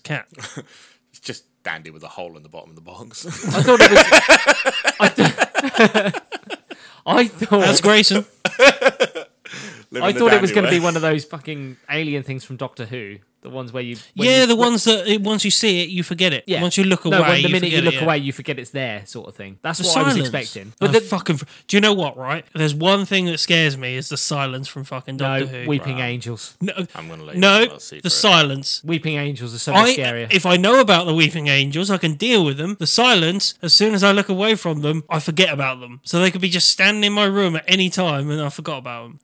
B: *laughs*
D: cat.
A: it's just Dandy with a hole in the bottom of the box. *laughs*
B: I thought it was. I, th- *laughs* I thought
D: That's Grayson.
A: Living
B: I
A: the
B: thought it was
A: Dandy
B: going to
A: way.
B: be one of those fucking alien things from Doctor Who, the ones where you *laughs* when
D: yeah,
B: you-
D: the ones that it- once you see it, you forget it.
B: Yeah.
D: Once you look away,
B: No, when the
D: you
B: minute
D: forget
B: you look
D: it, yeah.
B: away, you forget it's there, sort of thing. That's
D: The
B: what
D: silence.
B: I was expecting.
D: But
B: But
D: the
B: the
D: fucking. Do you know what? Right? If There's one thing that scares me is the silence from fucking Doctor
B: no,
D: Who.
B: weeping angels.
D: No,
A: I'm gonna leave.
D: no,
A: I'll see
D: the
A: for it.
D: silence.
B: Weeping angels are so
D: I,
B: much scarier.
D: if I know about the weeping angels, I can deal with them. The silence, as soon as I look away from them, I forget about them. So they could be just standing in my room at any time, and I forgot about them.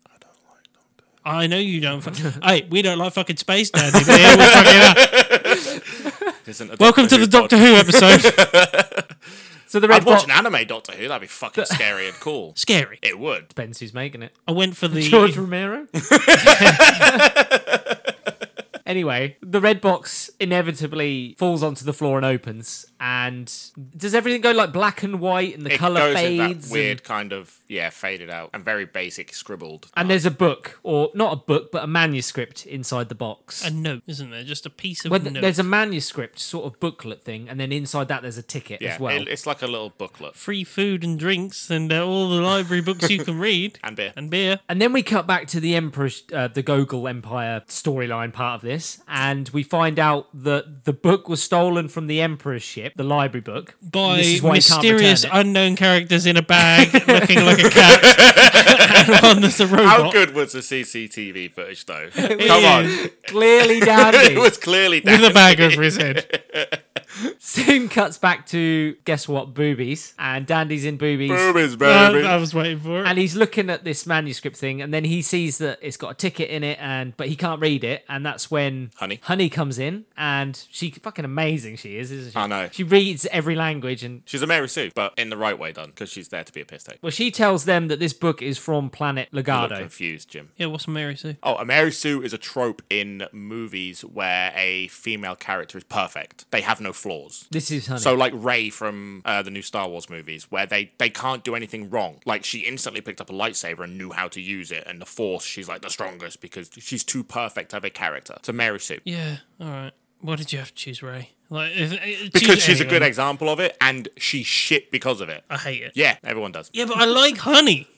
D: I know you don't. Fuck- *laughs* hey, we don't like fucking space, Daddy. but here we *laughs* fucking are.
A: Isn't a
D: Welcome
A: Doctor
D: to the
A: Who
D: Doctor Who episode.
B: so the
A: pod.
B: red
A: I'd watch
B: box.
A: an anime Doctor Who. That'd be
D: *laughs*
A: fucking scary and cool.
D: *laughs* Scary.
A: It would.
B: Depends who's making it.
D: I went for the
A: *laughs*
B: George Romero. Anyway, the red box inevitably falls onto the floor and opens. And does everything go like black and white, and the
A: It
B: color
A: goes in
B: fades?
A: that
B: and-
A: weird kind of yeah, faded out and very basic scribbled.
B: and there's a book, or not a book, but a manuscript inside the box.
D: a note, isn't there? Just a piece of
B: Well, th-
D: note.
B: there's a manuscript sort of booklet thing, and then inside that there's a ticket
A: yeah,
B: as well.
A: it- it's like a little booklet.
D: free food and drinks and uh, all the library books you can read
A: And beer.
D: *laughs* and beer.
B: and then we cut back to the Emperor's, uh, the Gogol Empire storyline part of this, and we find out that the book was stolen from the Emperor's ship, the library book,
D: by
B: This is why he can't return
D: mysterious
B: it.
D: unknown characters in a bag *laughs* looking like a cat. *laughs* and one that's a
A: How
D: robot
A: good was the CCTV footage
D: *laughs*
A: though? Come
D: is.
A: on, *laughs*
B: Clearly,
A: it *laughs*
B: Dandy. *laughs*
A: was clearly
D: with
A: Dandy. *laughs*
D: a bag over his head.
B: Soon cuts back to guess what, boobies, and Dandy's in boobies.
A: Boobies,
D: Uh,
A: baby.
D: I was waiting for it.
B: and he's looking at this manuscript thing and then he sees that it's got a ticket in it and but he can't read it and that's when
A: Honey.
B: honey comes in and she fucking amazing she is isn't she
A: I know.
B: she reads every language and
A: she's a Mary Sue, but in the right way done, because she's there to be a piss take.
B: well she tells them that this book is from planet
A: I'm
B: legato
A: confused, Jim.
D: Yeah, what's Mary Sue?
A: Oh, a Mary Sue is a trope in movies where a female character is perfect. They have no flaws.
B: this is honey
A: So like Ray from uh, the new Star Wars movies, where they they can't do anything wrong. Like she instantly picked up a lightsaber and knew how to use it, and the Force she's like the strongest because she's too perfect of a character. To Mary Sue.
D: Yeah, all right. Why did you have to choose Ray? Like, if, uh,
A: Because
D: choose
A: she's a
D: anyone.
A: good example of it, and she's shit because of it.
D: I hate it.
A: Yeah, everyone does.
D: Yeah, but I like honey.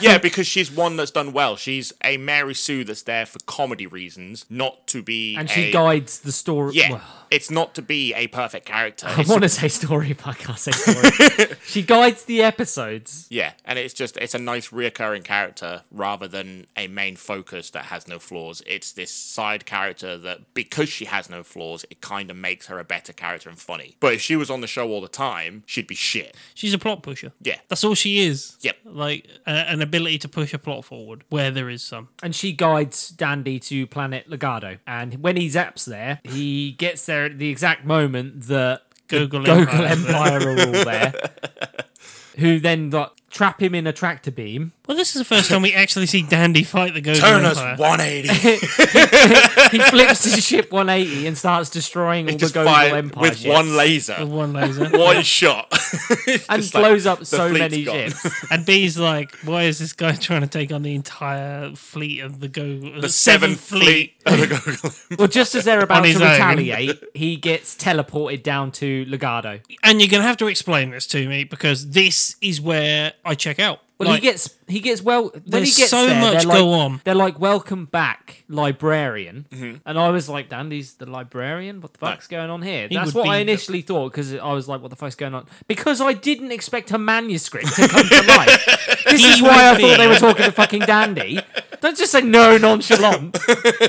A: Yeah, because she's one that's done well. She's a Mary Sue that's there for comedy reasons, not to be.
B: and
A: a-
B: she guides the story
A: Yeah,
B: well,
A: it's not to be a perfect character.
B: I
A: It's-
B: want to say story, *laughs* but I can't
A: *laughs*
B: say story. she guides the episodes.
A: yeah, and it's just it's a nice reoccurring character rather than a main focus that has no flaws. It's this side character that because she has no flaws, it kind of makes her a better character and funny. But if she was on the show all the time, she'd be shit.
D: She's a plot pusher.
A: Yeah.
D: That's all she is.
A: Yep.
D: Like a, an ability to push a plot forward where there is some.
B: and she guides Dandy to planet Legato. And when he zaps there, he gets there at the exact moment that
D: Google
B: the Gogol
D: Empire.
B: Empire are all
A: *laughs*
B: there, who then like, trap him in a tractor beam.
D: Well, this is the first time we actually see Dandy fight the Gogol
A: Turner's
D: Empire.
B: *laughs*
A: 180
B: He flips his ship 180 and starts destroying all the
A: just
B: Gogol
A: fired
B: Empire
A: with
B: ships
A: one laser,
D: With one laser.
A: one shot, *laughs*
B: and
A: Just like,
B: blows up
A: the
B: so
A: fleet's
B: many
A: gone.
B: ships.
D: and B's like, why is this guy *laughs* trying to take on the entire fleet of the uh, Gogol?
A: the seventh fleet. *laughs* Oh, of the Gogol
B: Well,
A: *laughs*
B: just as they're about
D: On
B: to
D: his own.
B: retaliate, he gets teleported down to Legato.
D: And you're going to have to explain this to me because this is where I check out.
B: Well,
D: Like,
B: he gets he gets well. When he
D: there's
B: gets
D: so
B: there,
D: much
B: they're like,
D: go on. Mm-hmm.
B: They're like, "Welcome back, librarian," and I was like, "Dandy's the librarian. What the fuck's going on here?" That's
D: would
B: what
D: be
B: I
D: the-
B: initially thought because I was like, "What the fuck's going on?" Because I didn't expect her manuscript to come to
D: *laughs*
B: life. This is
D: would
B: why I
D: be-
B: thought they were talking to fucking Dandy. Don't just say no
D: *laughs*
B: nonchalant.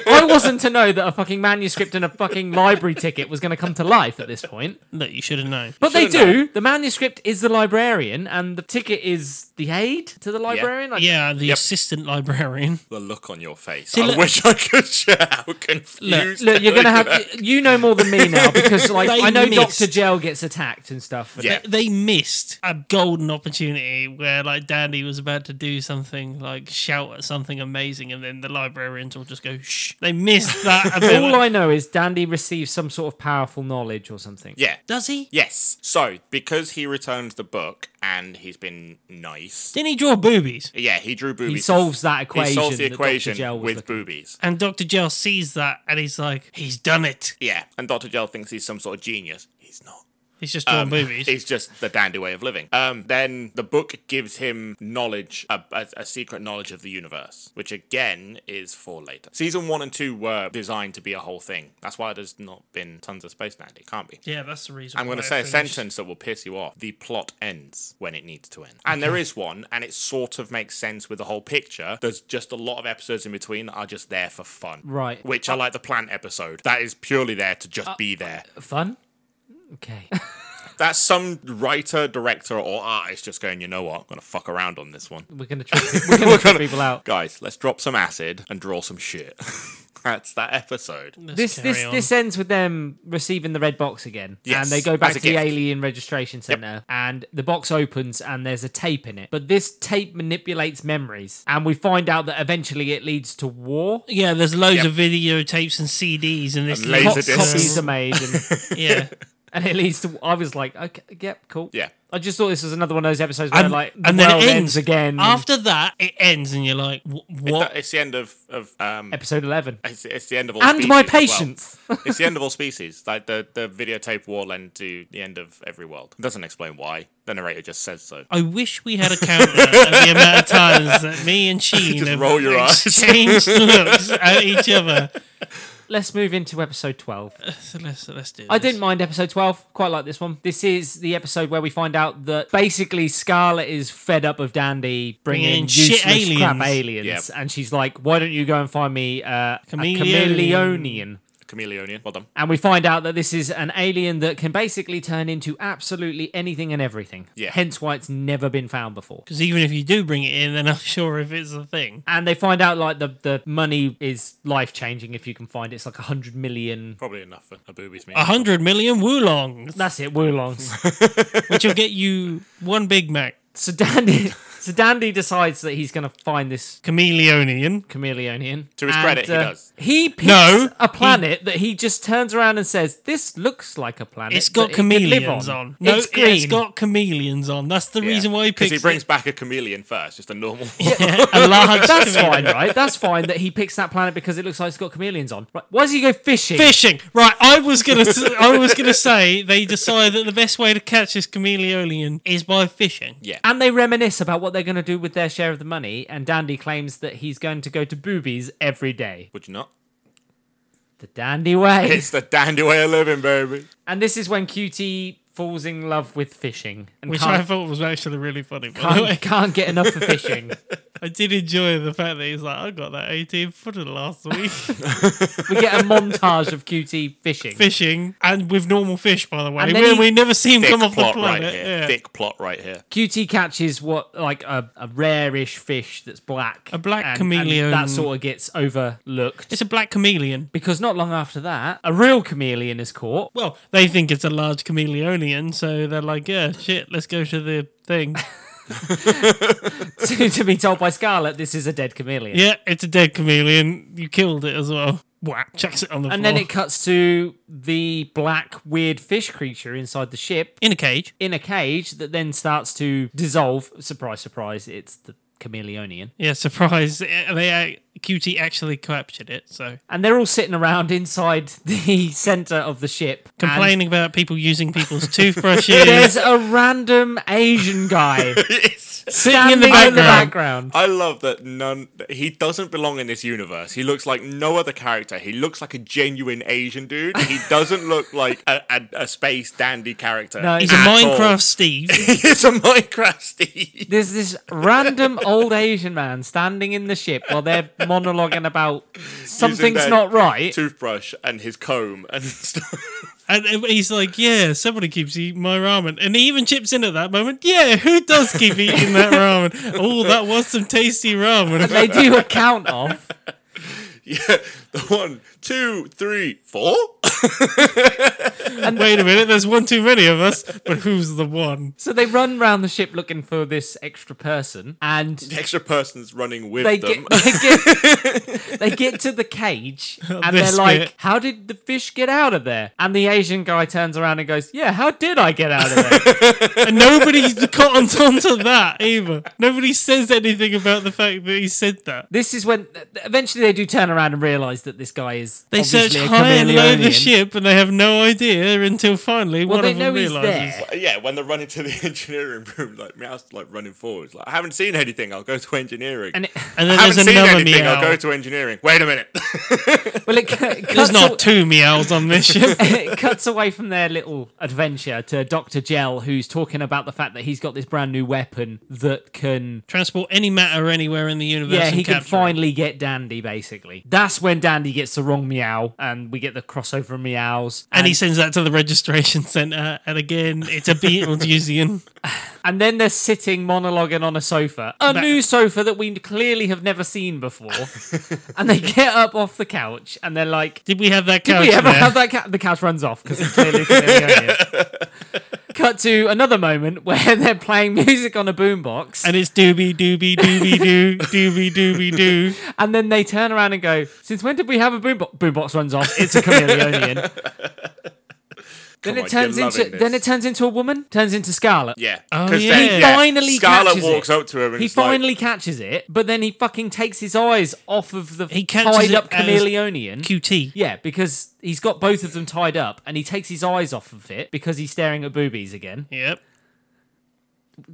B: I wasn't to know that a fucking manuscript and a fucking library ticket was going to come to life at this point.
D: Look, you should have known.
B: But they
A: Shouldn't
B: do. The manuscript is the librarian, and the ticket is the aid to the librarian. Like,
D: Yeah, the assistant librarian. *laughs*
A: the look on your face. I
D: look-
A: wish I could share how confused.
B: Look, you're gonna have you know more than me now because like
D: They
B: I know
D: missed.
B: Doctor Gel gets attacked and stuff. and-
A: Yeah.
D: They missed a golden opportunity where, like, Dandy was about to do something, like, shout at something amazing, and then the librarians will just go, shh. They
A: *laughs*
D: missed that.
B: All
D: ability.
B: I know is Dandy receives some sort of powerful knowledge or something.
A: Yeah.
D: Does he?
A: Yes. So, because he returned the book and he's been nice.
D: Didn't he draw boobies?
A: Yeah, he drew boobies.
B: He solves that equation.
A: He solves the
B: that Dr. Gel
A: equation
B: was
A: with
B: looking-
A: boobies.
D: And Dr. Gel sees that and he's like, he's done it.
A: Yeah, and Dr. Gel thinks he's some sort of genius. He's not.
D: He's just
A: Um,
D: drawing boobies.
A: It's just the dandy way of living. Um, then the book gives him knowledge, a, a, a secret knowledge of the universe, which again is for later. Season one and two were designed to be a whole thing. That's why there's not been tons of space dandy. Can't be.
D: Yeah, that's the reason.
A: I'm going to
D: why
A: say
D: I
A: a
D: finished.
A: sentence that will piss you off. The plot ends when it needs to end. And there is one, and it sort of makes sense with the whole picture. There's just a lot of episodes in between that are just there for fun.
B: Right.
A: Which I like the plant episode. That is purely there to just be there.
B: Fun. Okay.
A: That's some writer, director, or artist just going, you know what? I'm going to fuck around on this one.
B: We're gonna trip, we're *laughs* gonna trip people out.
A: Guys, let's drop some acid and draw some shit. *laughs* That's that episode.
B: This
D: carry
B: this
D: on.
B: this ends with them receiving the red box again,
A: Yes,
B: and they go back
A: as a
B: to the
A: gift.
B: alien registration center, and the box opens, and there's a tape in it. But this tape manipulates memories, and we find out that eventually it leads to war.
D: Yeah, there's loads
A: Yep.
D: of videotapes and CDs and this.
A: And
D: little-
A: Laser discs.
B: Cop- copies
D: *laughs*
B: are made, and,
D: Yeah,
B: and it leads to. I was like, okay, yep, cool.
A: Yeah.
B: I just thought this was another one of those episodes where
D: and,
B: like the
D: and then
B: world
D: it ends.
B: again.
D: After that, it ends, and you're like, "Wh-
A: That-
D: what?
A: It's the end of, of um,
B: episode eleven,
A: It's, it's the end of all
B: and my
A: species as well.
B: patience. *laughs*
A: it's the end of all species. Like the, the videotape war led to the end of every world. It doesn't explain why. The narrator just says so.
D: I wish we had a counter of the amount of times that me and
A: *laughs*
D: Sheen
A: Just
D: have
A: roll your
D: *laughs*
A: eyes.
D: exchanged looks at each other.
B: Let's move into episode twelve.
D: So let's let's do.
B: I
D: this.
B: didn't mind episode 12. Quite like this one. This is the episode where we find out that basically Scarlet is fed up of Dandy bringing
D: Bringing
B: in
D: shit
B: useless crap
D: aliens.
B: aliens.
A: Yep.
B: and she's like, why don't you go and find me uh,
D: Chameleon.
B: a chameleonian?
A: Chameleonian. Well done.
B: And we find out that this is an alien that can basically turn into absolutely anything and everything.
A: Yeah.
B: Hence why it's never been found before.
D: Because even if you do bring it in, they're not *laughs* sure if it's a thing.
B: And they find out like the, the money is life changing if you can find it. It's like a hundred million.
A: Probably enough for a boobies meeting.
D: A hundred million Wulongs,
B: That's it, Wulongs.
D: *laughs* which will get you one Big Mac.
B: so Dandy, so Dandy decides that he's going to find this
D: Chameleonian.
B: chameleonian.
A: To his
B: And,
A: credit, he
B: uh,
A: does.
B: He picks
D: No,
B: a planet that he just turns around and says, "This looks like a planet.
D: It's got
B: that it could live
D: chameleons on.
B: No,
D: No,
B: it's green.
D: it's got chameleons on. That's the
A: Yeah.
D: reason why he
A: 'Cause
D: picks
A: he brings back a chameleon first, just a normal.
D: it. a
B: *laughs*
D: large
B: That's fine, right? That's fine that he picks that planet because it looks like it's got chameleons on. Right? Why does he go fishing?
D: *laughs* fishing. Right, I was gonna, s- I was gonna say they decide that the best way to catch this chameleonian is by fishing.
A: *laughs* yeah.
B: And they reminisce about what they're going to do with their share of the money. And Dandy claims that he's going to go to boobies every day.
A: Would you not?
B: The Dandy way.
A: It's the dandy way of living, baby.
B: and this is when Cutie falls in love with fishing and
D: Which I
B: can't,
D: thought was actually really funny. By the way. *laughs*
B: can't, can't get enough of fishing.
D: I did enjoy the fact that he's like, I got that 18 footer last week.
B: We get a montage of Cutie fishing.
D: Fishing, and with normal fish, by the way.
B: And
D: We,
B: then he-
D: we never see him
A: Thick
D: come off the
A: plot right
D: planet.
A: here.
D: yeah.
A: Thick plot right here.
B: Cutie catches what like a, a rare-ish fish that's black.
D: A black
B: and- and
D: chameleon.
B: that sort of gets overlooked.
D: It's a black chameleon.
B: Because not long after that, a real chameleon is caught.
D: Well, they think it's a large chameleonian, so they're like, yeah, shit, let's go to the thing.
B: *laughs* to, to be told by Scarlet, this is a dead chameleon.
D: yeah, it's a dead chameleon. You killed it as well. Whack, chucks it on the
B: And
D: floor.
B: then it cuts to the black weird fish creature inside the ship
D: In a cage.
B: in a cage that then starts to dissolve. Surprise, surprise! It's the chameleonian,
D: Yeah, surprise. eh, They uh, Cutie actually captured it, so.
B: and they're all sitting around inside *laughs* the center of the ship. and
D: Complaining about people using
B: *laughs*
D: people's toothbrushes.
B: There's a random Asian guy
A: It's-
B: standing in the background.
A: I love that none. He doesn't belong in this universe. He looks like no other character. He looks like a genuine Asian dude. *laughs* He doesn't look like a, a, a space dandy character.
B: No,
D: He's a
A: at all.
D: Minecraft Steve.
A: *laughs* He's a Minecraft Steve. *laughs*
B: There's this random old Asian man standing in the ship while they're monologuing about something's
A: their
B: not right.
A: Toothbrush and his comb and *laughs* stuff.
D: And uh, he's like, "Yeah, somebody keeps eating my ramen." And he even chips in at that moment. Yeah, who does keep eating that ramen? Oh, that was some tasty ramen.
B: they do a count off.
A: Yeah, the one, two, three, four. *laughs*
D: Wait a minute, there's one too many of us. But who's the one?
B: So they run round the ship looking for this extra person, and
A: The extra person's running with
B: they
A: them.
B: get, they get they get to the cage, and
D: This
B: they're like,
D: bit.
B: "How did the fish get out of there?" And the Asian guy turns around and goes, "Yeah, how did I get out of there?"
D: And nobody caught onto onto that either. Nobody says anything about the fact that he said that.
B: this is when eventually they do turn around and realize that this guy is
D: They
B: obviously
D: search
B: a
D: high and low the
B: chameleonian.
D: ship, and they have no idea until finally
B: Well,
D: one
B: they
D: of
B: know
D: them
B: he's
D: realizes.
A: *laughs*
B: there.
A: yeah, when they're running to the engineering room, like Meow's like running forwards. Like, I haven't seen anything. I'll go to engineering.
B: And it, *laughs*
D: And then
A: I haven't
D: there's
A: seen
D: another
A: anything. I'll go
D: meow.
A: to engineering. Wait a minute.
B: well, it, cu- it
D: There's
B: cuts
D: not
B: aw-
D: two meows on this ship.
B: *laughs* it cuts away from their little adventure to Doctor Gel, who's talking about the fact that he's got this brand new weapon that can
D: *laughs* Transport any matter anywhere in the universe.
B: Yeah,
D: and
B: he can
D: capture it.
B: finally get Dandy, basically. That's when Dandy gets the wrong meow, and we get the crossover of meows.
D: And he sends that to the registration centre. And again, it's *laughs* a Beetlejuicean.
B: and then they're sitting monologuing on a sofa. A
D: Ba-
B: new sofa that we clearly have never
A: *laughs*
B: seen before. and they get up off the couch, and they're like,
D: Did we have that
B: Did
D: couch
B: we ever
D: there?
B: have that cat? The couch runs off because it's clearly clearly
A: *laughs*
B: Cut to another moment where *laughs* they're playing music on a boombox, and,
D: And it's doobie doobie *laughs* doobie doo doobie doobie doo.
B: and then they turn around and go, "Since when did we have a boombox?" Boombox runs off. It's a chameleonian.
A: *laughs* Come
B: Then
A: on,
B: it turns
A: you're
B: into
A: loving this.
B: then it turns into a woman, turns into
A: *laughs*
B: Scarlet.
A: Yeah.
D: Oh,
A: 'Cause
D: yeah.
A: then,
D: He
B: finally
A: Scarlet
B: catches
A: walks
B: it.
A: up to him and
B: He
A: it's like-
B: finally catches it, but then he fucking takes his eyes off of the
D: He catches
B: tied
D: it
B: up
D: as
B: chameleonian.
D: QT.
B: yeah, because he's got both of them tied up, and he takes his eyes off of it because he's staring at boobies again.
D: Yep.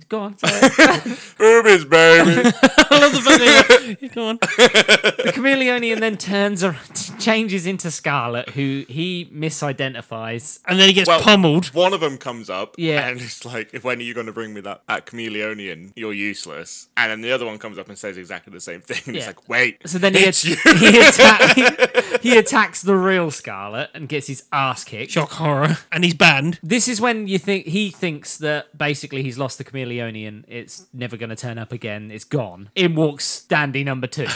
B: Go on. sorry.
A: Boobies, baby.
D: I love the fact that- Go on.
B: the chameleonian then turns around, changes into Scarlet, who he misidentifies.
D: And then he gets
A: Well,
D: pummeled.
A: One of them comes up,
B: Yeah.
A: and it's like, "When are you going to bring me that, that chameleonian? You're useless." And then the other one comes up and says exactly the same thing. *laughs* And It's
B: Yeah.
A: like, "Wait,
B: So then he,
A: it's
B: at-
A: you."
B: he, atta- *laughs* he attacks the real Scarlet and gets his ass kicked.
D: Shock horror. And he's banned.
B: This is when you think he thinks that basically he's lost the chameleonian. It's never going to turn up again. It's gone. In walks Dandy number
A: *laughs*
B: two.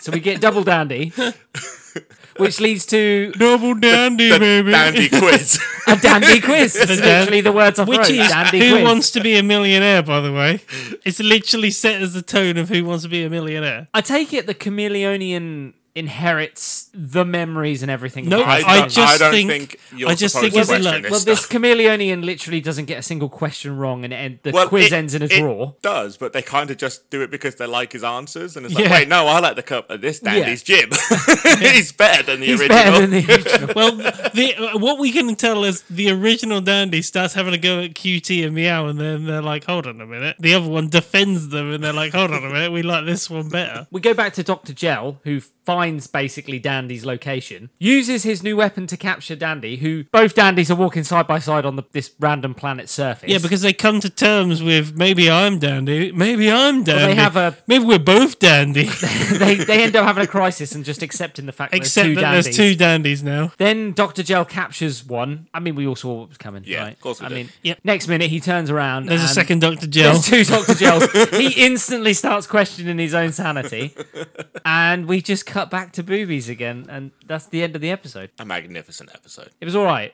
B: so we get double Dandy, which leads to
D: Double dandy, baby.
A: *laughs* Dandy quiz.
B: a Dandy
D: *laughs*
B: quiz. That's
D: dan-
B: literally the words I wrote.
D: Which is
B: Dandy
D: Who
B: quiz.
D: Wants to Be a Millionaire, by the way. It's literally set as the tone of Who Wants to Be a Millionaire.
B: I take it the chameleonian inherits the memories and everything.
D: No,
B: about
D: I,
B: it.
A: don't-
D: just
A: I don't
D: think,
A: think you're
D: I just
A: supposed
D: think
A: to
D: it's
A: question
D: like,
A: this.
B: well, this chameleonian literally doesn't get a single question wrong, and it end, the quiz
A: it-
B: ends in a
A: it *laughs*
B: draw.
A: does, but they kind of just do it because they like his answers, and it's like,
D: Yeah.
A: "Wait, no, I like the cup of this
B: Yeah.
A: Dandy's *laughs* jib. He's better than the
B: He's
A: original."
B: better than the original.
D: well, the, uh, what we can tell is the original dandy starts having a go at QT and Meow, and then they're like, "Hold on a minute." The other one defends them, and they're like, "Hold on a minute, we like this one better."
B: we go back to Dr. Gel, who finds basically Dandy's location, uses his new weapon to capture Dandy, who both Dandies are walking side by side on the, this random planet surface.
D: Yeah, because they come to terms with maybe I'm dandy, maybe I'm dandy.
B: have a-
D: maybe we're both
B: *laughs*
D: dandy,
B: they, they end up having a crisis and just accepting the fact that there's two
D: except that
B: Dandies.
D: there's two dandies now.
B: Then Dr. Gel captures one. I mean, we all saw what was coming,
A: Yeah,
B: right?
A: of course we
B: I
A: did.
B: mean,
D: Yep.
B: next minute he turns around.
D: There's a
B: and
D: second Doctor Gel.
B: There's two Dr. Gels. he instantly starts questioning his own sanity. and we just cut back to boobies again. And that's the end of the episode.
A: A magnificent episode.
B: It was all right.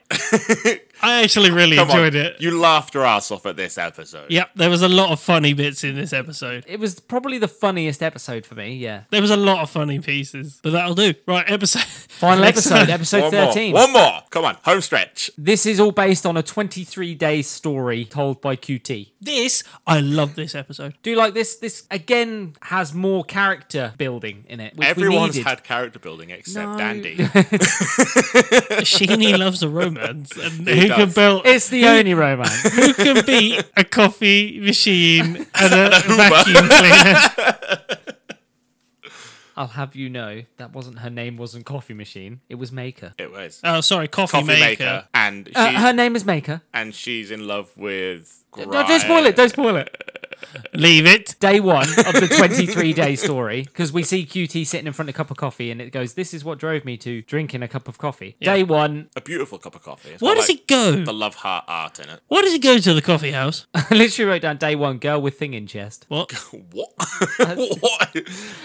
D: I actually really
A: Come on,
D: enjoyed it.
A: You laughed your ass off at this episode.
D: Yep, there was a lot of funny bits in this episode.
B: It was probably the funniest episode for me. Yeah.
D: There was a lot of funny pieces, but that'll do. Right, episode. *laughs*
B: Final
D: Next
B: episode,
D: time.
B: episode
A: One
B: 13.
A: more. One more. Come on, home stretch.
B: This is all based on a 23 day story told by QT.
D: This, I love this episode.
B: Do you like this? This again has more character building in it. Which
A: Everyone's
B: we needed.
A: had character building except *laughs*
B: No. *laughs*
A: Dandy.
D: Sheeny loves a romance, and
A: He
D: who
A: does.
D: can build?
B: It's the only romance.
D: who can beat a coffee machine and
A: *laughs*
D: a vacuum cleaner?
B: I'll have you know that wasn't her name. Wasn't coffee machine. It was Maker.
A: It was
D: Oh, sorry, coffee,
A: coffee maker,
D: maker.
A: and she,
B: Uh, her name is Maker.
A: and she's in love with.
B: No, don't spoil it. Don't spoil it.
D: Leave it.
B: Day one of the 23 day story because we see QT sitting in front of a cup of coffee and it goes, This is what drove me to drinking a cup of coffee. Day one,
A: A beautiful cup of coffee. It's
D: Why
A: got,
D: does
A: like,
D: he go?
A: The love heart art in it. *laughs*
D: Why does he go to the coffee house?
B: I *laughs* literally wrote down day one, girl with thing in chest.
D: What?
A: What? *laughs* what? I
B: Uh,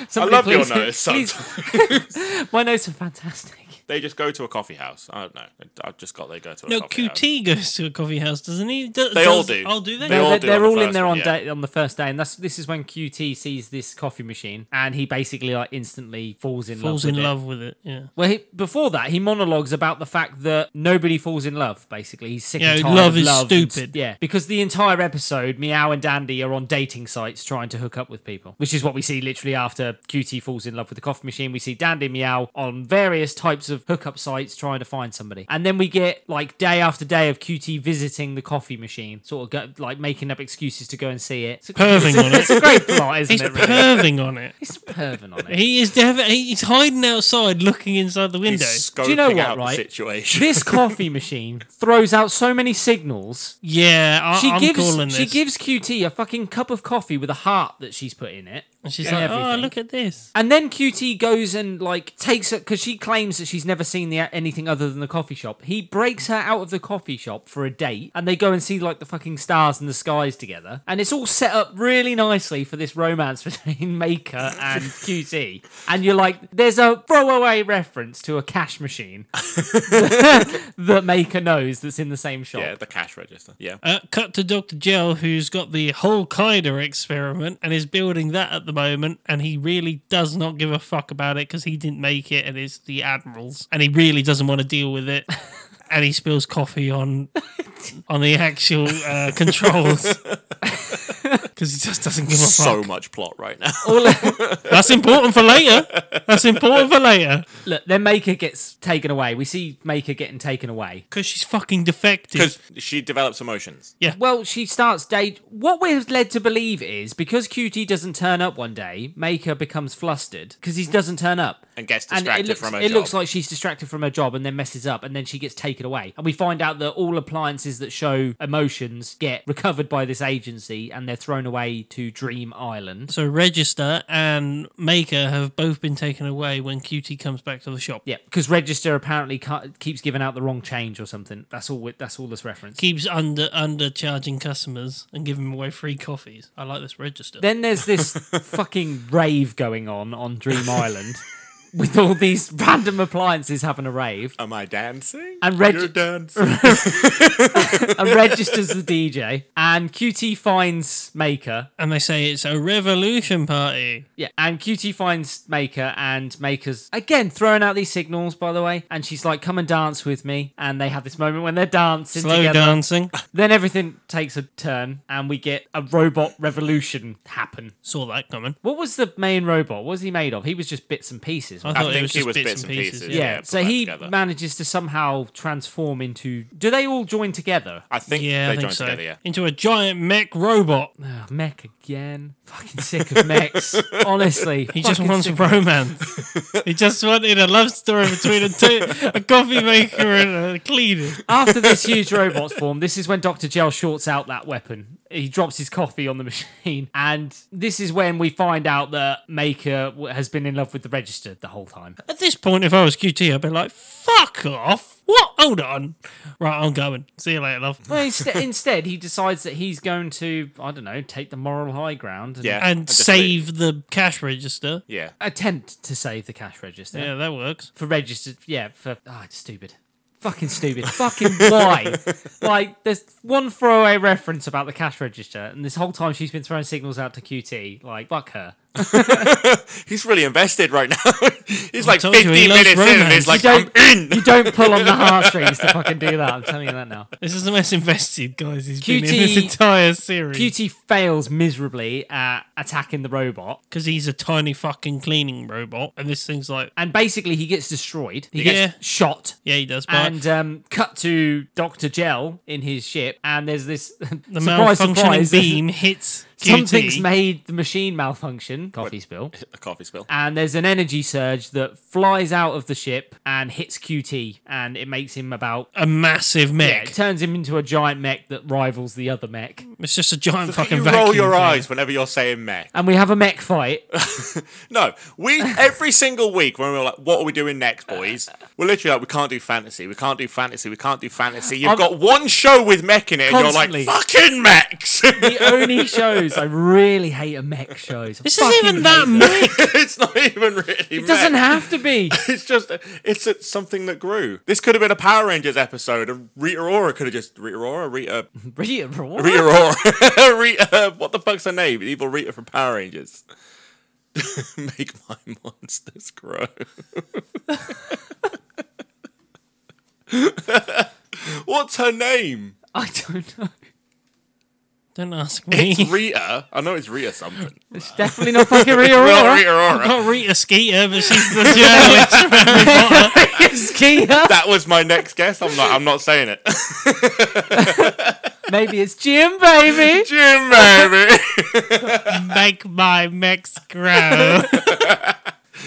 B: Somebody
A: love
B: please-
A: your nose.
B: *laughs* please-
A: Sometimes. *laughs*
B: My notes are fantastic.
A: They just go to a coffee house. I don't know. I just got they go to a
D: No,
A: coffee house.
D: QT goes to a coffee house, doesn't he? Do-
A: They all
D: does-
A: do.
D: Oh, do they?
A: They all-
B: They're,
A: do
B: they're
A: on the
B: all in
A: first
B: there
A: one,
B: on
A: yeah.
B: day, on the first day, and that's this is when QT sees this coffee machine, and he basically like instantly falls in
D: falls
B: love.
D: in
B: with it.
D: love with it. Yeah.
B: Well, he, before that, he monologues about the fact that nobody falls in love. Basically, he's sick
D: Yeah,
B: and tired
D: love
B: of
D: is
B: love. and s-
D: stupid.
B: yeah, because the entire episode, Meow and Dandy are on dating sites trying to hook up with people, which is what we see literally after QT falls in love with the coffee machine. We see Dandy and Meow on various types of hookup sites trying to find somebody, and then we get like day after day of QT visiting the coffee machine, sort of go, like making up excuses to go and see it. It's a,
D: Perving on
A: *laughs*
B: it's
D: it.
B: a great plot, isn't
D: He's
B: it? Really?
D: perving on it.
B: He's perving
D: *laughs*
B: on it.
D: He is dev- he's hiding outside, looking inside the
A: He's
D: window.
A: scoping
B: Do you know what,
A: out
B: right?
A: the situation.
B: This coffee machine throws out so many signals
D: Yeah, I-
B: She
D: I'm calling
B: gives
D: this.
B: she gives QT a fucking cup of coffee with a heart that she's put in it.
D: and she's
B: Yeah.
D: like, "Oh,
B: everything.
D: look at this."
B: And then QT goes and like takes it because she claims that she's never seen the, anything other than the coffee shop. He breaks her out of the coffee shop for a date, and they go and see like the fucking stars and the skies together. And it's all set up really nicely for this romance *laughs* between Maker
D: *laughs*
B: and QT. And you're like, there's a throwaway reference to a cash
D: *laughs*
B: machine *laughs* that Maker knows that's in the same shop.
A: yeah, the cash register.
B: *laughs*
A: Yeah.
B: Oh,
D: Uh, cut to Dr. Gel, who's got the whole Qaeda experiment and is building that at the moment. And he really does not give a fuck about it because he didn't make it and it's the Admirals. And he really doesn't want to deal
B: *laughs*
D: with it. and
B: *laughs*
D: he *laughs* spills coffee on on the actual uh, controls. because he just doesn't give a
A: So
D: fuck.
A: much plot right now. *laughs*
B: All,
D: That's important for later. That's important for later
B: look, then Maker gets taken away. We see Maker getting taken away.
D: because she's fucking defective.
A: Because she develops emotions.
B: Well, she starts date. What we're led to believe is because QT doesn't turn up one day, Maker becomes flustered because he doesn't turn up.
A: And gets
B: And
A: distracted
B: it looks,
A: from her
B: it
A: job.
B: looks like she's distracted from her job and then messes up and then she gets taken away. And we find out that all appliances that show emotions get recovered by this agency and they're thrown away to Dream Island.
D: So Register and Maker have both been taken away when Cutie comes back to the shop.
B: Yeah, because Register apparently ca- keeps giving out the wrong change or something. That's all. That's all this reference.
D: Keeps under undercharging customers and giving away free coffees. I like this Register.
B: Then there's this fucking rave going on on Dream Island with all these random appliances having a rave.
A: Am I dancing?
B: And Reg-
A: You're
B: *laughs*
A: dancing.
B: And registers the DJ. And QT finds Maker.
D: and they say it's a revolution party.
B: Yeah. And QT finds Maker. And Maker's, again, throwing out these signals, by the way. And she's like, come and dance with me. And they have this moment when they're dancing
D: Slow
B: together. *laughs*
D: dancing.
B: Then everything takes a turn. And we get a robot revolution happen.
D: Saw that coming.
B: What was the main robot? What was he made of? He was just bits and pieces.
D: I
B: wasn't
D: thought
A: I
D: it
A: think
D: was
A: he
D: just
A: was
D: bits and pieces.
B: Yeah.
A: Yeah, put
B: so
A: that
B: he
A: together.
B: manages to somehow transform into. Do they all join together?
A: I think
D: Yeah,
A: they
D: I think
A: joined
D: so.
A: together, yeah.
D: Into a giant mech robot.
B: Ugh, Ah, mech again. Fucking sick
A: *laughs*
B: of mechs. Honestly,
D: He just
B: fucking
D: wants
B: sick.
D: romance. he just wanted a love story between a, two, a coffee maker and a cleaner.
B: After this huge robot's form, this is when Doctor Gel shorts out that weapon. He drops his coffee on the *laughs* machine, and this is when we find out that Maker w- has been in love with the Register the whole time.
D: At this point, if I was QT, I'd be like, "Fuck off! What? Hold on. Right, I'm going. See you later, love."
B: Well,
A: *laughs*
B: inst- instead, he decides that he's going to, I don't know, take the moral high ground and
A: Yeah. I
D: And
A: just
D: save the cash register.
A: leave. Yeah.
B: attempt to save the cash register.
D: Yeah, that works.
B: for registered. Yeah, for ah, it's stupid. Fucking stupid. Fucking
D: *laughs*
B: why? Like, there's one throwaway reference about the cash register, and this whole time she's been throwing signals out to QT. Like, fuck her.
A: He's really invested right now. *laughs* He's like
D: told you,
A: 15
D: he loves
A: minutes in and
D: romance.
A: he's like,
B: You
A: I'm
B: don't-
A: in. *laughs*
B: You don't pull
D: *laughs*
B: on the heartstrings to fucking do that. I'm telling you that now.
D: This is the most invested, guys. He's been in
B: QT
D: this entire series
B: QT fails miserably at attacking the robot,
D: because he's a tiny fucking cleaning robot, and this thing's like,
B: and basically he gets destroyed. He
D: Yeah.
B: gets shot.
D: yeah, he does. But
B: And um, cut to Doctor Gel in his ship, and there's this *laughs*
D: the
B: surprise, *laughs*
D: malfunctioning
B: surprise.
D: beam hits QT.
B: Something's made the machine malfunction. Coffee spill.
A: A coffee spill.
B: and there's an energy surge that flies out of the ship and hits QT, and it makes him about.
D: a massive
B: Yeah,
D: mech.
B: it turns him into a giant mech that rivals the other mech.
D: it's just a giant fucking
A: You
D: vacuum.
A: roll your
D: cleaner.
A: eyes whenever you're saying meh.
B: And we have a mech fight.
A: No, we every single week when we we're like, "What are we doing next, boys?" We're literally like, "We can't do fantasy. We can't do fantasy. We can't do fantasy." You've
B: I'm-
A: got one show with mech in it,
B: Constantly.
A: and you're like, "Fucking mechs!" *laughs*
D: *laughs*
B: The only shows I really hate are mech shows. I
D: This isn't
B: fucking
D: even
B: hate
D: that
B: them.
D: mech.
A: *laughs* it's not even really.
B: It doesn't have to be. *laughs*
A: It's just it's a, something that grew. This could have been a Power Rangers episode. And Rita Ora could have just Rita Ora, Rita,
B: Rita Ora?
A: Rita Ora, *laughs* Rita. What the fuck's her name? Evil Rita from Power Rangers. *laughs* Make my monsters grow. *laughs* What's her name?
B: I don't know.
D: Don't ask
A: It's
B: *laughs*
D: *laughs* me.
A: Rita. I know it's Rita something.
B: It's definitely not fucking
D: *laughs*
B: Rita
A: Not
B: Ora.
A: Rita
B: *laughs*
A: Ora.
D: Not Rita Skeeter, but she's the journalist.
B: *laughs* Skeeter.
A: That was my next guess. I'm not. I'm not saying it. *laughs*
B: Maybe it's Jim, baby. *laughs*
A: Jim, baby.
D: Make my mechs grow.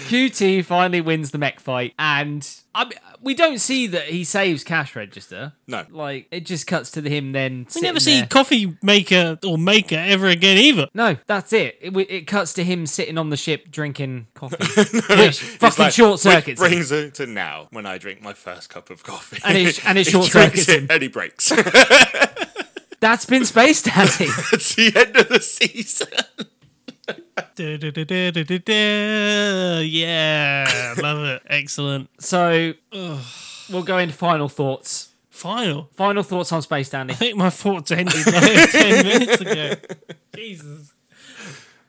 B: QT finally wins the mech fight, and I mean, we don't see that he saves cash register.
A: No.
B: Like it just cuts to him then.
D: We never see coffee maker or maker ever again either.
B: No, that's it. it. w- It cuts to him sitting on the ship drinking
A: *laughs*
B: coffee, which
A: It's
B: fucking
A: like,
B: short
A: which
B: circuits. him.
A: brings it to now when I drink my first cup of coffee.
B: And it- and
A: *laughs*
B: it
A: He
B: short
A: drinks
B: circuits
A: it
B: him.
A: And he breaks. *laughs*
B: That's been space daddy.
A: That's the end of the season.
D: Du-du-du-du-du-du. Yeah, love it. Excellent.
B: so we'll go into final thoughts.
D: Final.
B: Final thoughts on space dandy.
D: I think my thoughts ended like 10 minutes ago. Jesus.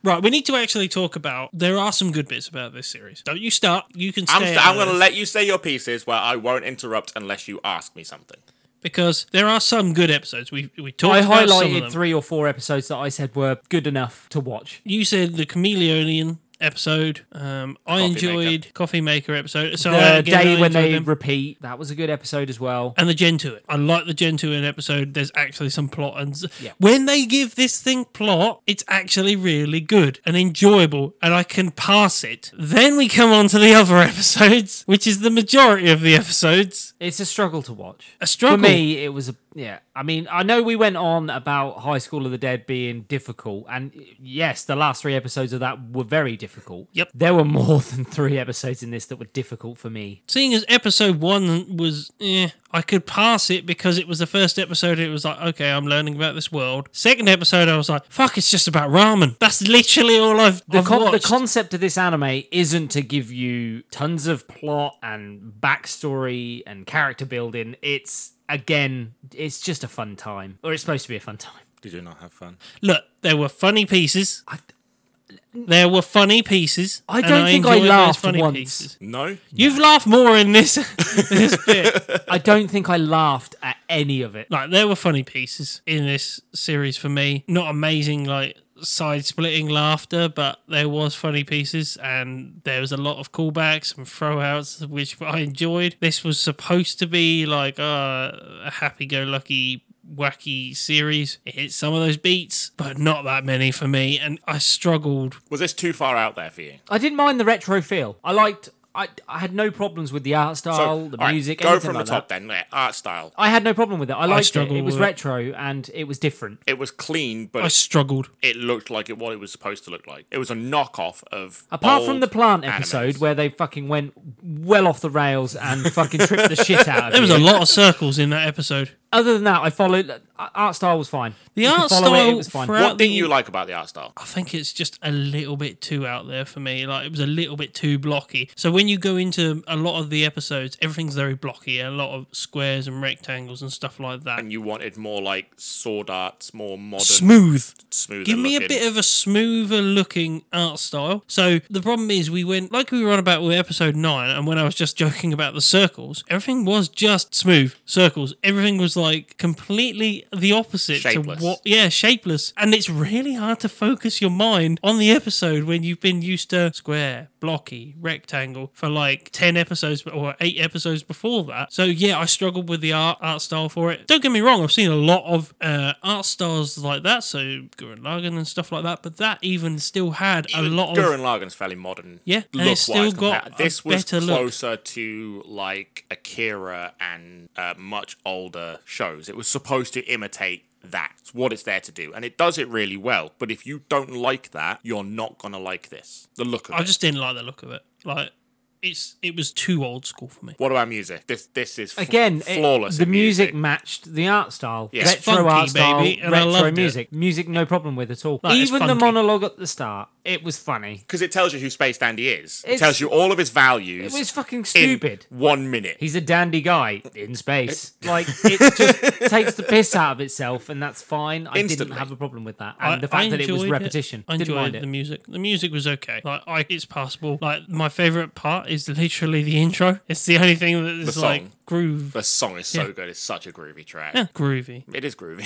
D: Right, we need to actually talk about. There are some good bits about this series. Don't you start. You can stay.
A: I'm,
D: out
A: I'm
D: of
A: going to
D: this.
A: let you say your pieces where I won't interrupt unless you ask me something.
D: because there are some good episodes. We we talked
B: I
D: about some of
B: highlighted
D: them.
B: three or four episodes that I said were good enough to watch.
D: You said the Chameleonian episode. Um, I
A: Coffee
D: enjoyed Coffee Maker episode. So I,
B: The
D: again, I
B: day when
D: enjoyed
B: they
D: them.
B: repeat, that was a good episode as well.
D: and the Gentoo. I like the Gentoo episode. There's actually some plot, and s-
B: Yeah.
D: when they give this thing plot, it's actually really good and enjoyable, and I can pass it. Then we come on to the other *laughs* episodes, which is the majority of the episodes.
B: It's a struggle to watch.
D: A struggle.
B: For me, it was a yeah. I mean, I know we went on about High School of the Dead being difficult, and yes, the last three episodes of that were very difficult.
D: Yep.
B: There were more *laughs* than three episodes in this that were difficult for me.
D: seeing as episode one was eh, I could pass it because it was the first episode. It was like, okay, I'm learning about this world. Second episode, I was like, fuck, it's just about ramen. That's literally all I've,
B: The,
D: I've
B: con- the
D: watched.
B: concept of this anime isn't to give you tons of plot and backstory and character building. It's again, it's just a fun time, or it's supposed to be a fun time.
A: Did you not have fun?
D: Look, there were funny pieces.
B: I-
D: there were funny pieces.
B: I
D: and
B: don't think I
D: enjoyed those
B: laughed
D: funny
B: once.
D: pieces.
A: No.
D: You've laughed more in this. *laughs* this bit.
B: I don't think I laughed at any of it.
D: Like there were funny pieces in this series for me. Not amazing, like side-splitting laughter, but there was funny pieces, and there was a lot of callbacks and throwouts, which I enjoyed. This was supposed to be like uh, a happy-go-lucky. Wacky series. It hit some of those beats, but not that many for me. And I struggled
A: Was this too far out there for you?
B: I didn't mind the retro feel. I liked. I, I had no problems with the art style, Oh, the
A: all right,
B: music.
A: Go
B: anything
A: from
B: like
A: the top
B: That.
A: then. yeah, Art style.
B: I had no problem with it. I liked it.
D: struggle
B: It was
D: with it.
B: retro and it was different.
A: It was clean, but
D: I struggled.
A: it looked like it what it was supposed to look like. It was a knockoff of.
B: Apart from
A: old
B: the plant
A: animes.
B: episode where they fucking went well off the rails and fucking tripped the shit out of
D: *laughs* There was a
B: you.
D: lot of circles in that episode.
B: Other than that, I followed. uh, Art style was fine.
D: The
B: You could
D: art
B: follow
D: style
B: it, it was fine.
D: throughout-
A: What didn't you like about the art style?
D: I think it's just a little bit too out there for me. Like it was a little bit too blocky. So when you go into a lot of the episodes, everything's very blocky. A lot of squares and rectangles and stuff like that.
A: And you wanted more like sword arts, more modern,
D: Smooth.
A: smoother.
D: Give me a
A: looking.
D: bit of a smoother looking art style. So the problem is, we went like we were on about with episode nine, and when I was just *laughs* joking about the circles, everything was just smooth circles. Everything was like completely the opposite
A: Shapeless.
D: to what, yeah, shapeless. And it's really hard to focus your mind on the episode when you've been used to square, blocky, rectangle for like ten episodes or eight episodes before that. So yeah, I struggled with the art art style for it. Don't get me wrong, I've seen a lot of uh, art styles like that, so Gurren Lagann and stuff like that. But that even still had a
A: Even
D: lot
A: Gurren
D: of
A: Lagan's fairly modern.
D: Yeah, and
A: look
D: it's still got a
A: this was
D: better look.
A: closer to like Akira and uh, much older shows. It was supposed to imitate that. It's what it's there to do, and it does it really well. But if you don't like that, you're not gonna like this. The look of
D: I
A: it.
D: just didn't like the look of it. Like it's it was too old school for me.
A: What about music? This this is f-
B: Again, it-
A: flawless.
B: the
A: in
B: music, matched the art style.
A: It's
B: Retro
D: funky,
B: art style,
D: baby, and I
B: retro
D: loved it.
B: music. Music, no problem with at all.
D: No, it's
B: Even the
D: funky.
B: monologue at the start, it was funny.
A: because it tells you who Space Dandy is. It
B: It's-
A: tells you all of his values.
B: It was fucking
A: in
B: stupid.
A: one minute.
B: He's a dandy
A: Uh,
B: guy in space.
A: *laughs*
B: Like it just takes the piss out of itself, and that's fine. I
A: Instantly.
B: didn't have a problem with that, and
D: I-
B: the fact
D: I
B: that it was
D: enjoyed
B: repetition,
D: I
B: didn't
D: enjoyed
B: mind
D: the
B: it.
D: music. The music was okay. Like, I, it's passable. Like, my favorite part is literally the intro. It's the only thing that is
A: song.
D: like groove,
A: the song is so
D: Yeah.
A: good. It's such a groovy track.
D: Yeah, groovy,
A: It is groovy.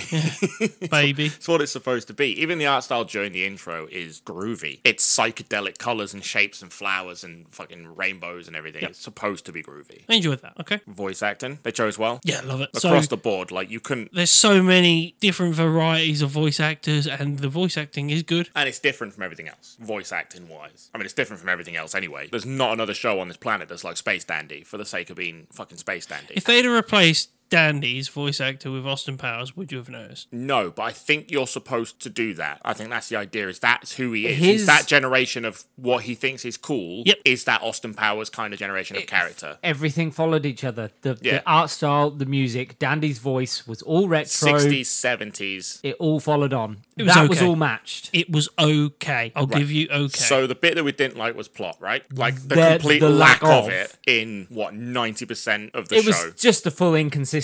D: baby.
A: *laughs* It's what it's supposed to be. Even the art style during the intro is groovy. It's psychedelic colors and shapes and flowers and fucking rainbows and everything. It's supposed to be groovy.
D: I enjoyed that. Okay.
A: Voice acting, they chose well.
D: Yeah, love it. So,
A: Across the board, like you couldn't.
D: there's so many different varieties of voice actors, and the voice acting is good.
A: And it's different from everything else, voice acting wise. I mean, it's different from everything else anyway. There's not another show on this planet that's like Space Dandy for the sake of being fucking Space Dandy.
D: If they'd have replaced Dandy's voice actor with Austin Powers, would you have noticed?
A: No, but I think you're supposed to do that. I think that's the idea. Is that's who he is. He's
B: His-
A: that generation of what he thinks is cool.
D: Yep.
A: Is that Austin Powers kind of generation of character?
B: Everything followed each other. The,
A: Yeah.
B: the art style, the music, Dandy's voice was all retro.
A: 60s, 70s.
B: It all followed on.
D: was
B: that was
D: okay.
B: all matched.
D: It was okay. I'll give you okay.
A: So the bit that we didn't like was plot, right? Like the,
B: The-
A: complete
B: the
A: lack,
B: lack
A: of,
B: of.
A: it in what 90% of the
B: It
A: show.
B: was just the full inconsistency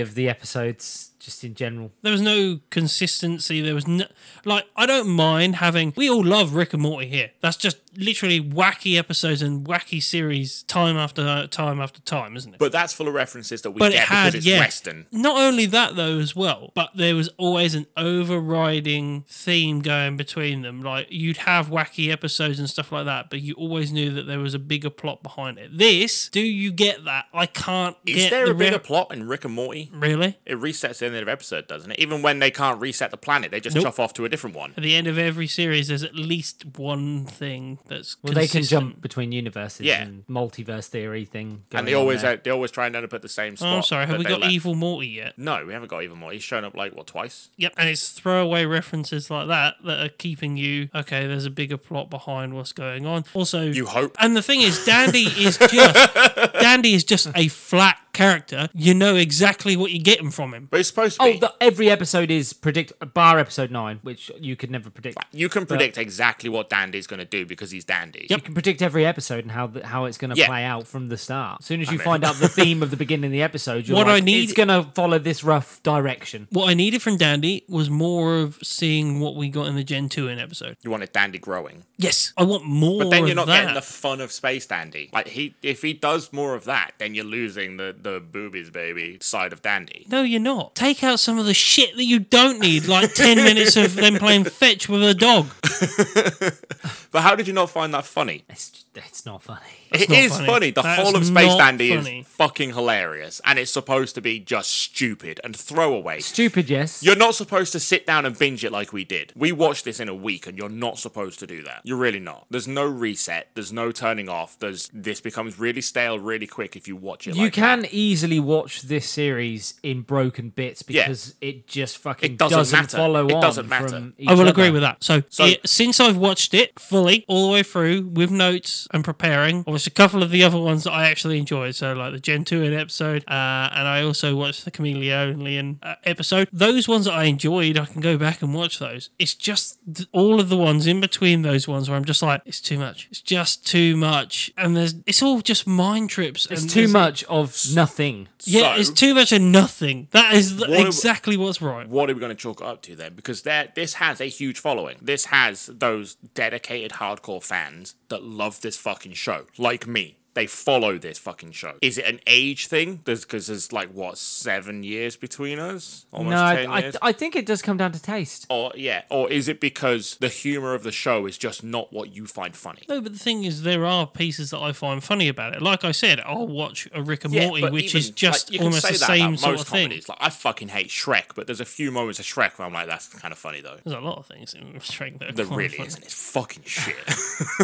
B: of the episodes. just in general.
D: There was no consistency. There was no like I don't mind having. We all love Rick and Morty here. That's just literally wacky episodes and wacky series time after time after time, isn't it?
A: But that's full of references that we
D: but
A: get
D: it had
A: because it's
D: yeah.
A: Western.
D: Not only that though, as well, but there was always an overriding theme going between them. Like you'd have wacky episodes and stuff like that, but you always knew that there was a bigger plot behind it. This, do you get that? I can't.
A: Is
D: get
A: there
D: the
A: a bigger
D: re-
A: plot in Rick and Morty?
D: Really?
A: It resets the end of the episode, doesn't it? Even when they can't reset the planet, they just
D: Nope.
A: chop off to a different one.
D: At the end of every series, there's at least one thing that's.
B: Well, they can jump between universes
A: Yeah.
B: and multiverse theory thing.
A: And
B: going
A: they
B: on
A: always uh,
B: there.
A: they always try and end up at the same spot.
D: Oh, I'm sorry. Have
A: that
D: we
A: they
D: got
A: left.
D: Evil Morty yet?
A: No, we haven't got even more. He's shown up like what twice?
D: Yep. And it's throwaway references like that that are keeping you okay. There's a bigger plot behind what's going on. Also,
A: You hope.
D: And the thing
A: *laughs*
D: is, Dandy is just Dandy is just a flat character. You know exactly what you're getting from him.
A: But it's supposed to
B: Oh,
A: be.
B: the, every episode is predict bar episode nine, which you could never predict.
A: you can predict exactly what Dandy's going to do because he's Dandy.
B: You can predict every episode and how the, how it's going to
A: Yeah.
B: play out from the start. As soon as you
A: *laughs*
B: find out the theme of the beginning of the episode, you're
D: What
B: like,
D: I need-
B: it's going to follow this rough direction.
D: What I needed from Dandy was more of seeing what we got in the Gen 2 in episode.
A: You want a Dandy growing.
D: Yes, I want more.
A: But then you're
D: of
A: not
D: that.
A: getting the fun of Space Dandy. Like he if he does more of that, then you're losing the the boobies baby side of Dandy.
D: No, you're not. Take out some of the shit that you don't need, like 10 minutes of them playing fetch with a dog.
A: But how did you not find that funny?
B: It's it's not funny. *laughs*
A: It
D: not
A: is
D: funny.
A: funny. The
D: That
A: whole
D: is
A: of Space
D: not
A: Dandy
D: funny.
A: is fucking hilarious and it's supposed to be just stupid and throwaway.
B: Stupid, yes.
A: You're not supposed to sit down and binge it like we did. We watched this in a week, and you're not supposed to do that. You're really not. There's no reset. There's no turning off. There's this becomes really stale really quick if you watch it.
B: you
A: like
B: can
A: that.
B: easily watch this series in broken bits
A: Yeah.
B: because it just fucking
A: It doesn't matter.
B: follow
A: It
B: on.
A: doesn't matter.
B: From
D: I will
B: each
D: agree
B: other.
D: with that. So,
A: So-
D: it- since I've watched it fully, all the way through, with notes and preparing, I watched a couple of the other ones that I actually enjoyed. So, like the Gen 2 in episode, uh, and I also watched the Chameleon Leon uh, episode. Those ones that I enjoyed, I can go back and watch those. It's just th- all of the ones in between those ones where I'm just like, it's too much. It's just too much. And there's, it's all just mind trips.
B: It's
D: and
B: too
D: there's-
B: much of nothing.
D: Yeah,
A: So-
D: it's too much of nothing. That is th-
A: What ab-
D: exactly what's right.
A: What are we going to chalk it up to then? Because there, this has a huge following. This has those dedicated hardcore fans that love this fucking show, like me. They follow this fucking show. Is it an age thing? There's because there's like what seven years between us, almost
B: No, I,
A: ten
B: I,
A: years.
B: I think it does come down to taste.
A: or yeah, or is it because the humor of the show is just not what you find funny?
D: No, but the thing is, there are pieces that I find funny about it. Like I said, I'll watch a Rick and
A: Yeah,
D: Morty,
A: but
D: which
A: even,
D: is just
A: like, you can
D: almost
A: say
D: the
A: that
D: same
A: about
D: sort
A: most
D: of thing.
A: comedies. Like I fucking hate Shrek, but there's a few moments of Shrek where I'm like, that's kind of funny though.
D: There's a lot of things in Shrek that are
A: There
D: quite
A: really
D: funny.
A: isn't. It's fucking
B: *laughs*
A: shit.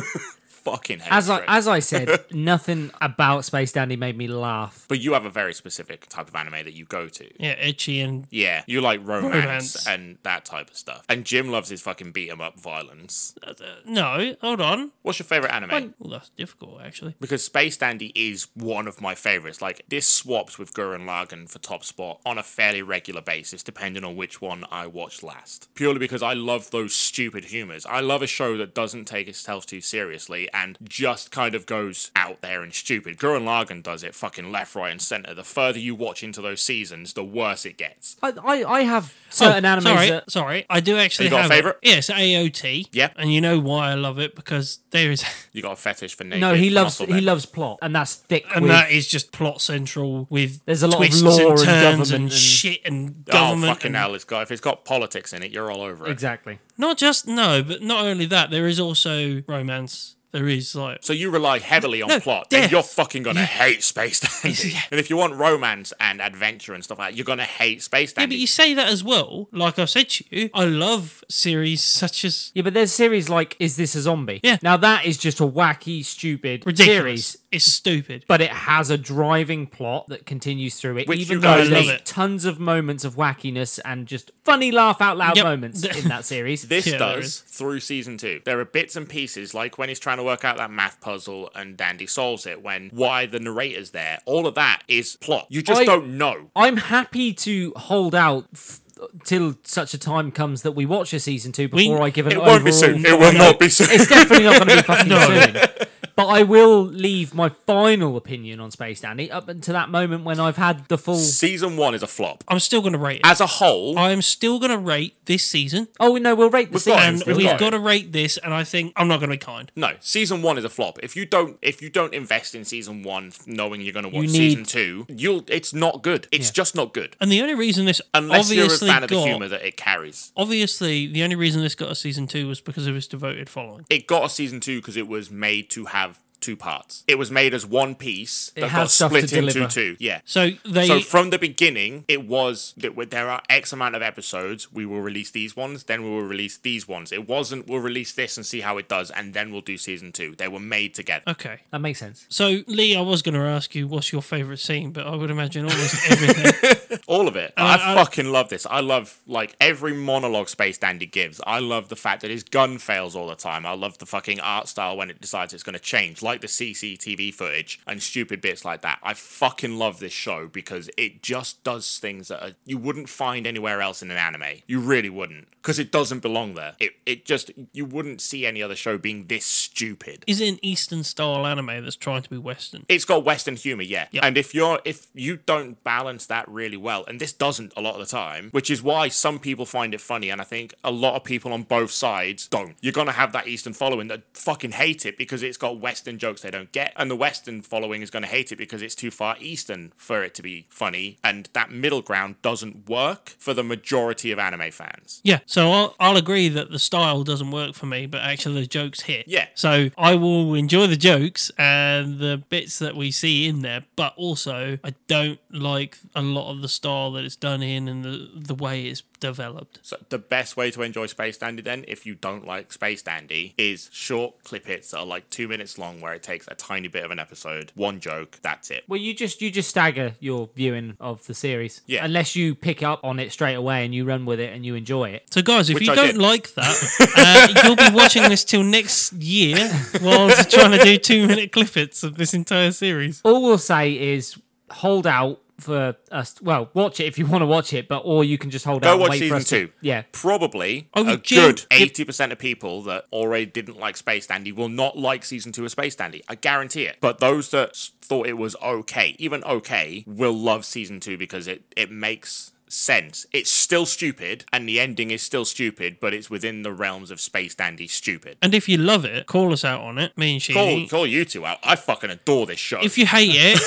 A: fucking hate
B: As I
A: Shrek.
B: as
A: *laughs*
B: I said, nothing about Space Dandy made me laugh.
A: but you have a very specific type of anime that you go to.
D: Yeah, edgy and
A: Yeah, you like romance,
D: Romance.
A: and that type of stuff. And Jim loves his fucking beat 'em up violence.
D: uh, no. Hold on,
A: What's your favorite anime?
D: well, that's difficult actually.
A: because Space Dandy is one of my favorites. Like this swaps with Gurren Lagann for top spot on a fairly regular basis, depending on which one I watch last. Purely because I love those stupid humors. I love a show that doesn't take itself too seriously and just kind of goes out there and stupid. Gurren Lagann does it fucking left, right, and center. The further you watch into those seasons, the worse it gets.
B: I I, I have certain
D: Oh,
B: animes
D: Sorry,
B: that
D: sorry. I do actually
A: You got a
D: have it.
A: favourite?
D: Yes, AOT.
A: Yeah.
D: and you know why I love it because there is, *laughs*
A: You got a fetish for naked
B: no, he loves
A: muscle
B: he
A: men.
B: loves plot, and that's thick.
D: and
B: with,
D: that is just plot central with
B: There's a lot of
D: twists
B: law
D: and
B: and
D: turns
B: government
D: and,
B: and-
D: shit and
A: Oh
D: government.
A: fucking
D: and-
A: hell! It's got if it's got politics in it, you're all over it.
B: exactly.
D: Not just no, but not only that, there is also romance. There is like
A: So you rely heavily on
D: No,
A: plot,
D: death.
A: and you're fucking gonna hate
D: *laughs*
A: Space Dandy.
D: Yeah.
A: And if you want romance and adventure and stuff like that, you're gonna hate Space
D: Yeah, but
A: Dandy.
D: you say that as well. Like I've said to you, I love series such as
B: Yeah, but there's series like Is This a Zombie?
D: Yeah.
B: Now that is just a wacky, stupid
D: ridiculous.
B: series.
D: It's stupid.
B: But it has a driving plot that continues through it,
A: Which
B: even
A: you
B: though
A: guys
B: there's
D: love it.
B: tons of moments of wackiness and just funny laugh out loud
D: Yep.
B: moments in that series.
A: *laughs* this
D: Yeah, there is.
A: does through season two. There are bits and pieces, like when he's trying to work out that math puzzle and Dandy solves it, when why the narrator's there. All of that is plot. You just
B: I-
A: don't know.
B: I'm happy to hold out f- till such a time comes that we watch a season two before I give an
A: It won't be *laughs*
B: overall-
A: soon. It will not be soon.
B: It's definitely not going to be fucking soon. But I will leave my final opinion on Space Dandy up until that moment when I've had the full.
A: Season one is a flop.
D: I'm still going to rate it.
A: As a whole,
D: I'm still going to rate this season.
B: Oh no, we'll rate the
A: We've got
B: season.
A: him. We've
D: And we've
A: got it.
D: got to rate this, and I think I'm not going to be kind.
A: no, season one is a flop. If you don't, if you don't invest in season one, knowing you're going to watch
B: need-
A: season two, you'll it's not good. It's just not good
D: And the only reason this
A: unless you're a
D: obviously
A: fan of the
D: got-
A: humor that it carries.
D: obviously the only reason this got a season two was because of its devoted following.
A: It got a season two because it was made to have two parts. It was made as one piece that
B: has
A: got
B: stuff to
A: split into
B: deliver.
A: two. Yeah.
D: So they
A: So from the beginning, it was that we- there are X amount of episodes. We will release these ones, then we will release these ones. It wasn't we'll release this and see how it does, and then we'll do season two. They were made together.
D: okay.
B: That makes sense.
D: So Lee, I was going to ask you what's your favorite scene, but I would imagine almost everything.
A: All of it. I, fucking love this. I love like every monologue Space Dandy gives. I love the fact that his gun fails all the time. I love the fucking art style when it decides it's going to change, like the CCTV footage and stupid bits like that. I fucking love this show because it just does things that are, you wouldn't find anywhere else in an anime. You really wouldn't because it doesn't belong there. It it just you wouldn't see any other show being this stupid.
D: Is it an Eastern style anime that's trying to be Western?
A: it's got Western humor, yeah. And if you're if you don't balance that really well, and this doesn't a lot of the time, which is why some people find it funny, and I think a lot of people on both sides don't. You're gonna have that Eastern following that fucking hate it because it's got Western jokes they don't get, and the Western following is gonna hate it because it's too far Eastern for it to be funny, and that middle ground doesn't work for the majority of anime fans.
D: Yeah, so I'll, I'll agree that the style doesn't work for me, but actually the jokes hit.
A: Yeah.
D: So I will enjoy the jokes and the bits that we see in there, but also I don't like a lot of the style that it's done in and the, the way it's developed.
A: So the best way to enjoy Space Dandy then, if you don't like Space Dandy, is short clip hits that are like two minutes long where it takes a tiny bit of an episode, one joke, that's it.
B: Well, you just you just stagger your viewing of the series,
A: Yeah.
B: Unless you pick up on it straight away and you run with it and you enjoy it.
D: So, guys, if
A: Which
D: you
A: I
D: don't
A: did. *laughs*
D: like that, uh, you'll be watching this till next year while I'm trying to do two minute *laughs* clippets of this entire series.
B: All we'll say is hold out for us. Well, watch it if you want to watch it, but or you can just hold
A: Go
B: out. and
A: watch
B: wait for
A: season
B: us to-
A: two.
B: yeah,
A: Probably
D: Oh,
A: a
D: Jim-
A: good eighty percent of people that already didn't like Space Dandy will not like season two of Space Dandy. I guarantee it. But those that s- thought it was okay, even okay, will love season two because it it makes sense. It's still stupid, and the ending is still stupid, but it's within the realms of Space Dandy stupid.
D: And if you love it, call us out on it, me and she.
A: Call, call you two out. I fucking adore this show.
D: if you hate
A: *laughs*
D: it,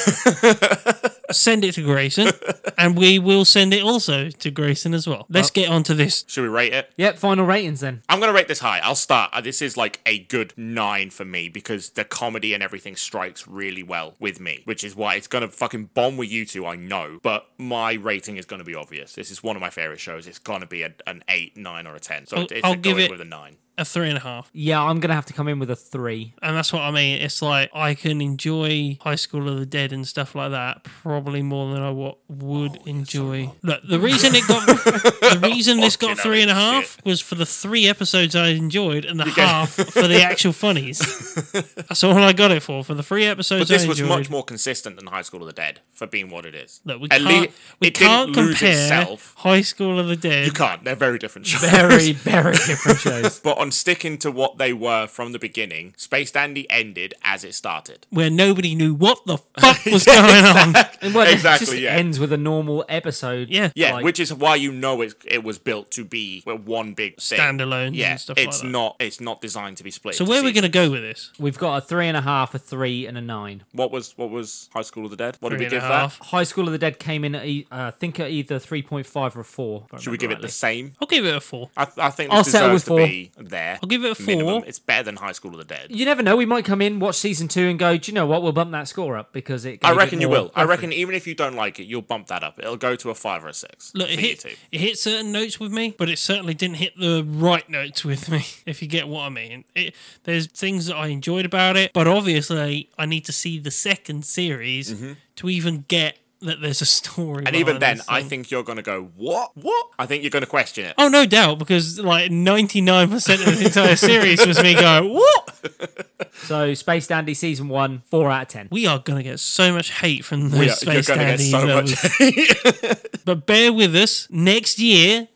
D: send it to Grayson, and we will send it also to Grayson as well. Let's get on to this.
A: Should we rate it?
B: yep. Final ratings then.
A: I'm gonna rate this high. I'll start. Uh, This is like a good nine for me because the comedy and everything strikes really well with me, which is why it's gonna fucking bomb with you two. I know, but my rating is gonna be obvious. This is one of my favorite shows. It's gonna be a, an eight, nine, or a ten. So
D: I'll-
A: it's
D: I'll
A: going
D: give it-
A: with a nine.
D: A three and a half,
B: Yeah, I'm gonna have to come in with a
A: *laughs*
B: three.
D: and that's what I mean. It's like I can enjoy High School of the Dead and stuff like that probably more than I wa-
A: Oh,
D: would enjoy. Look, the reason it
A: *laughs*
D: got the reason this
A: Fucking
D: got three and a
A: hell,
D: half was for the three episodes I enjoyed, and the
A: get-
D: half for the
A: *laughs*
D: actual funnies. That's all I got it for for the three episodes.
A: But this
D: I
A: was
D: enjoyed.
A: much more consistent than High School of the Dead for being what it is.
D: Look, we
A: At
D: can't,
A: lea-
D: we
A: it
D: can't
A: didn't lose
D: compare
A: itself.
D: High School of the Dead.
A: You can't. They're very different shows.
B: Very, very different shows.
A: *laughs* but on sticking to what they were from the beginning, Space Dandy ended as it started.
D: where nobody knew
A: *laughs*
D: what the fuck was going on.
B: And well,
A: Exactly,
B: It just
A: yeah.
B: ends with a normal episode.
D: Yeah.
A: Yeah,
B: Like-
A: which is why you know it it was built to be one big thing.
D: Standalones
A: Yeah,
D: and stuff like
A: it's
D: that.
A: not it's not designed to be split.
D: So where are we going
A: to
D: to go with this?
B: We've got a three and a half, a three, and a nine.
A: What was what was High School of the Dead? What did we
D: Three and a
A: give that?
D: half.
B: High School of the Dead came in at, e- uh, I think, at either 3.5 or 4. if I
A: Should we
B: remember
A: give it
B: rightly.
A: the same?
D: I'll give it a four.
A: I, I think this
B: I'll settle
A: deserves
B: with
A: to
B: four.
A: be there. I'll
D: give it a
A: Minimum.
D: four.
A: It's better than High School of the Dead.
B: You never know. We might come in, watch season two, and go, do you know what? We'll bump that score up because it.
A: I
B: gave it
A: reckon you
B: more
A: will. I
B: reference."
A: reckon even if you don't like it, you'll bump that up. It'll go to a five or a six
D: Look,
A: for
D: it
A: you
D: hit,
A: two.
D: it hit certain notes with me, but it certainly didn't hit the right notes with me, *laughs* if you get what I mean. It, there's things that I enjoyed about it, but obviously I need to see the second series to even get that there's a story.
A: Mm-hmm. And even
D: behind
A: then,
D: this
A: I
D: thing.
A: think you're going to go what? What? I think you're going to question it.
D: Oh, no doubt, because like 99% of the entire series was me going, what?
B: So, Space Dandy season one, four out of ten.
D: we are going to get so much hate from
A: Yeah,
D: those
A: *laughs*
D: space
A: you're going to get
D: dandies.
A: so much.
D: But bear with us. Next year,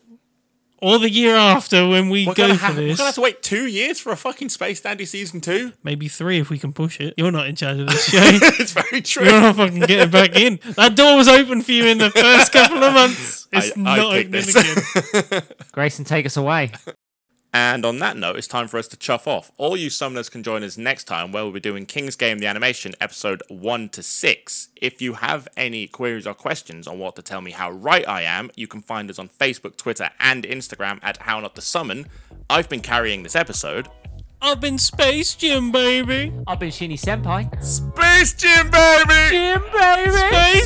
D: or the year after when we
A: We're
D: go
A: gonna,
D: for
A: have, we're
D: this.
A: gonna have to wait two years for a fucking Space Dandy season two. *laughs*
D: Maybe three if we can push it. You're not in charge of this show. *laughs*
A: it's very true.
D: You're not fucking getting back in. That door was open for you in the first couple of months. It's
A: I- I
D: not
A: picked
D: open
A: this.
D: again.
A: *laughs*
B: Grayson, take us away.
A: And on that note, it's time for us to chuff off. All you summoners can join us next time where we'll be doing King's Game the Animation episode 1 to 6. If you have any queries or questions on what to tell me how right I am, you can find us on Facebook, Twitter, and Instagram at How Not to Summon. I've been carrying this episode.
D: Up in Space Jim, baby.
B: I've been Shinny Senpai.
A: Space Jim, baby!
B: Jim, baby!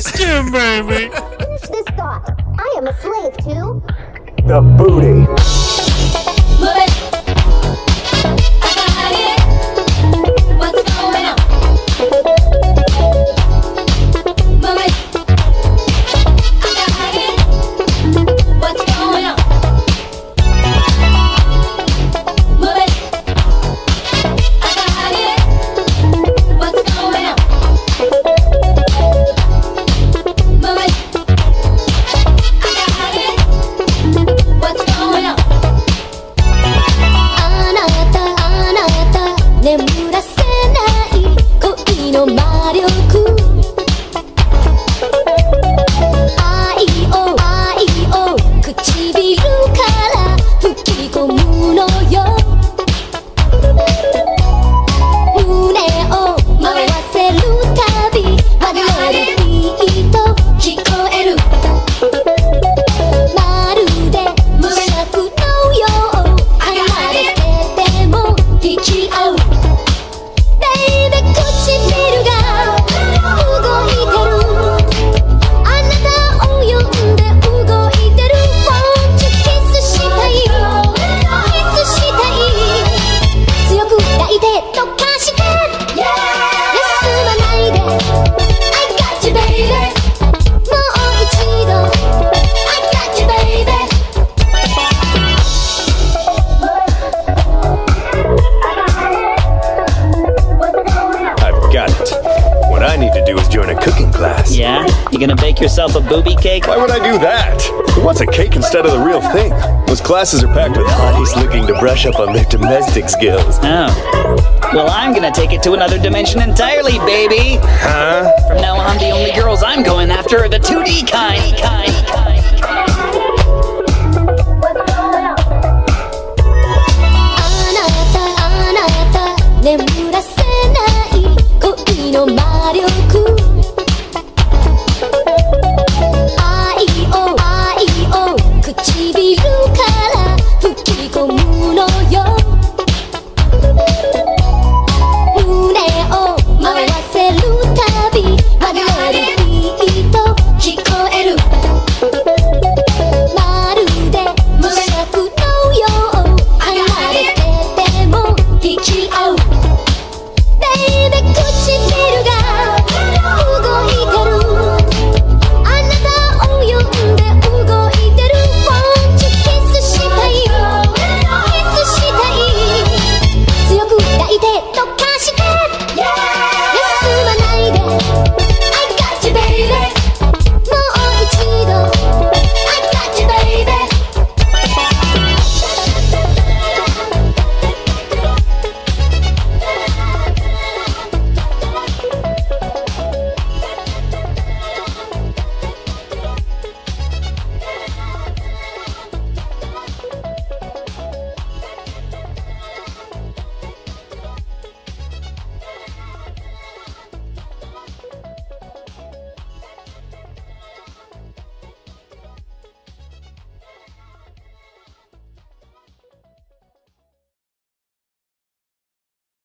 D: Space Jim, baby.
E: Finish this thought. I am a slave to.
F: The booty.
G: Move it. I got it. What's going on? Move it. I got it. What's going on? Move it. I got it. What's going on? Move it. I got it. What's going on?
E: あなた、あなた、眠らせない恋の魔力。愛を、愛を唇から吹き込むのよ。胸を回せるたび、あなるビート。
G: 聞こえる
E: まるで無尺のよう離れてても
G: 引き合う
E: Baby 唇が動いてるあなたを呼んで動いてる Won't you kiss したいキスしたい強く抱いて溶かして
G: Yeah
E: 休まないで I got you baby もう一度 I got you baby
F: I've got it. What I need to do is join a cooking class.
H: Yeah? You gonna bake yourself a booby cake?
F: Why would I do that? What's a cake instead of the real thing? Those classes are packed with hotties looking to brush up on their domestic skills.
H: Oh. Well, I'm gonna take it to another dimension entirely, baby!
F: Huh?
H: From now on, the only girls I'm going after are the 2D kind.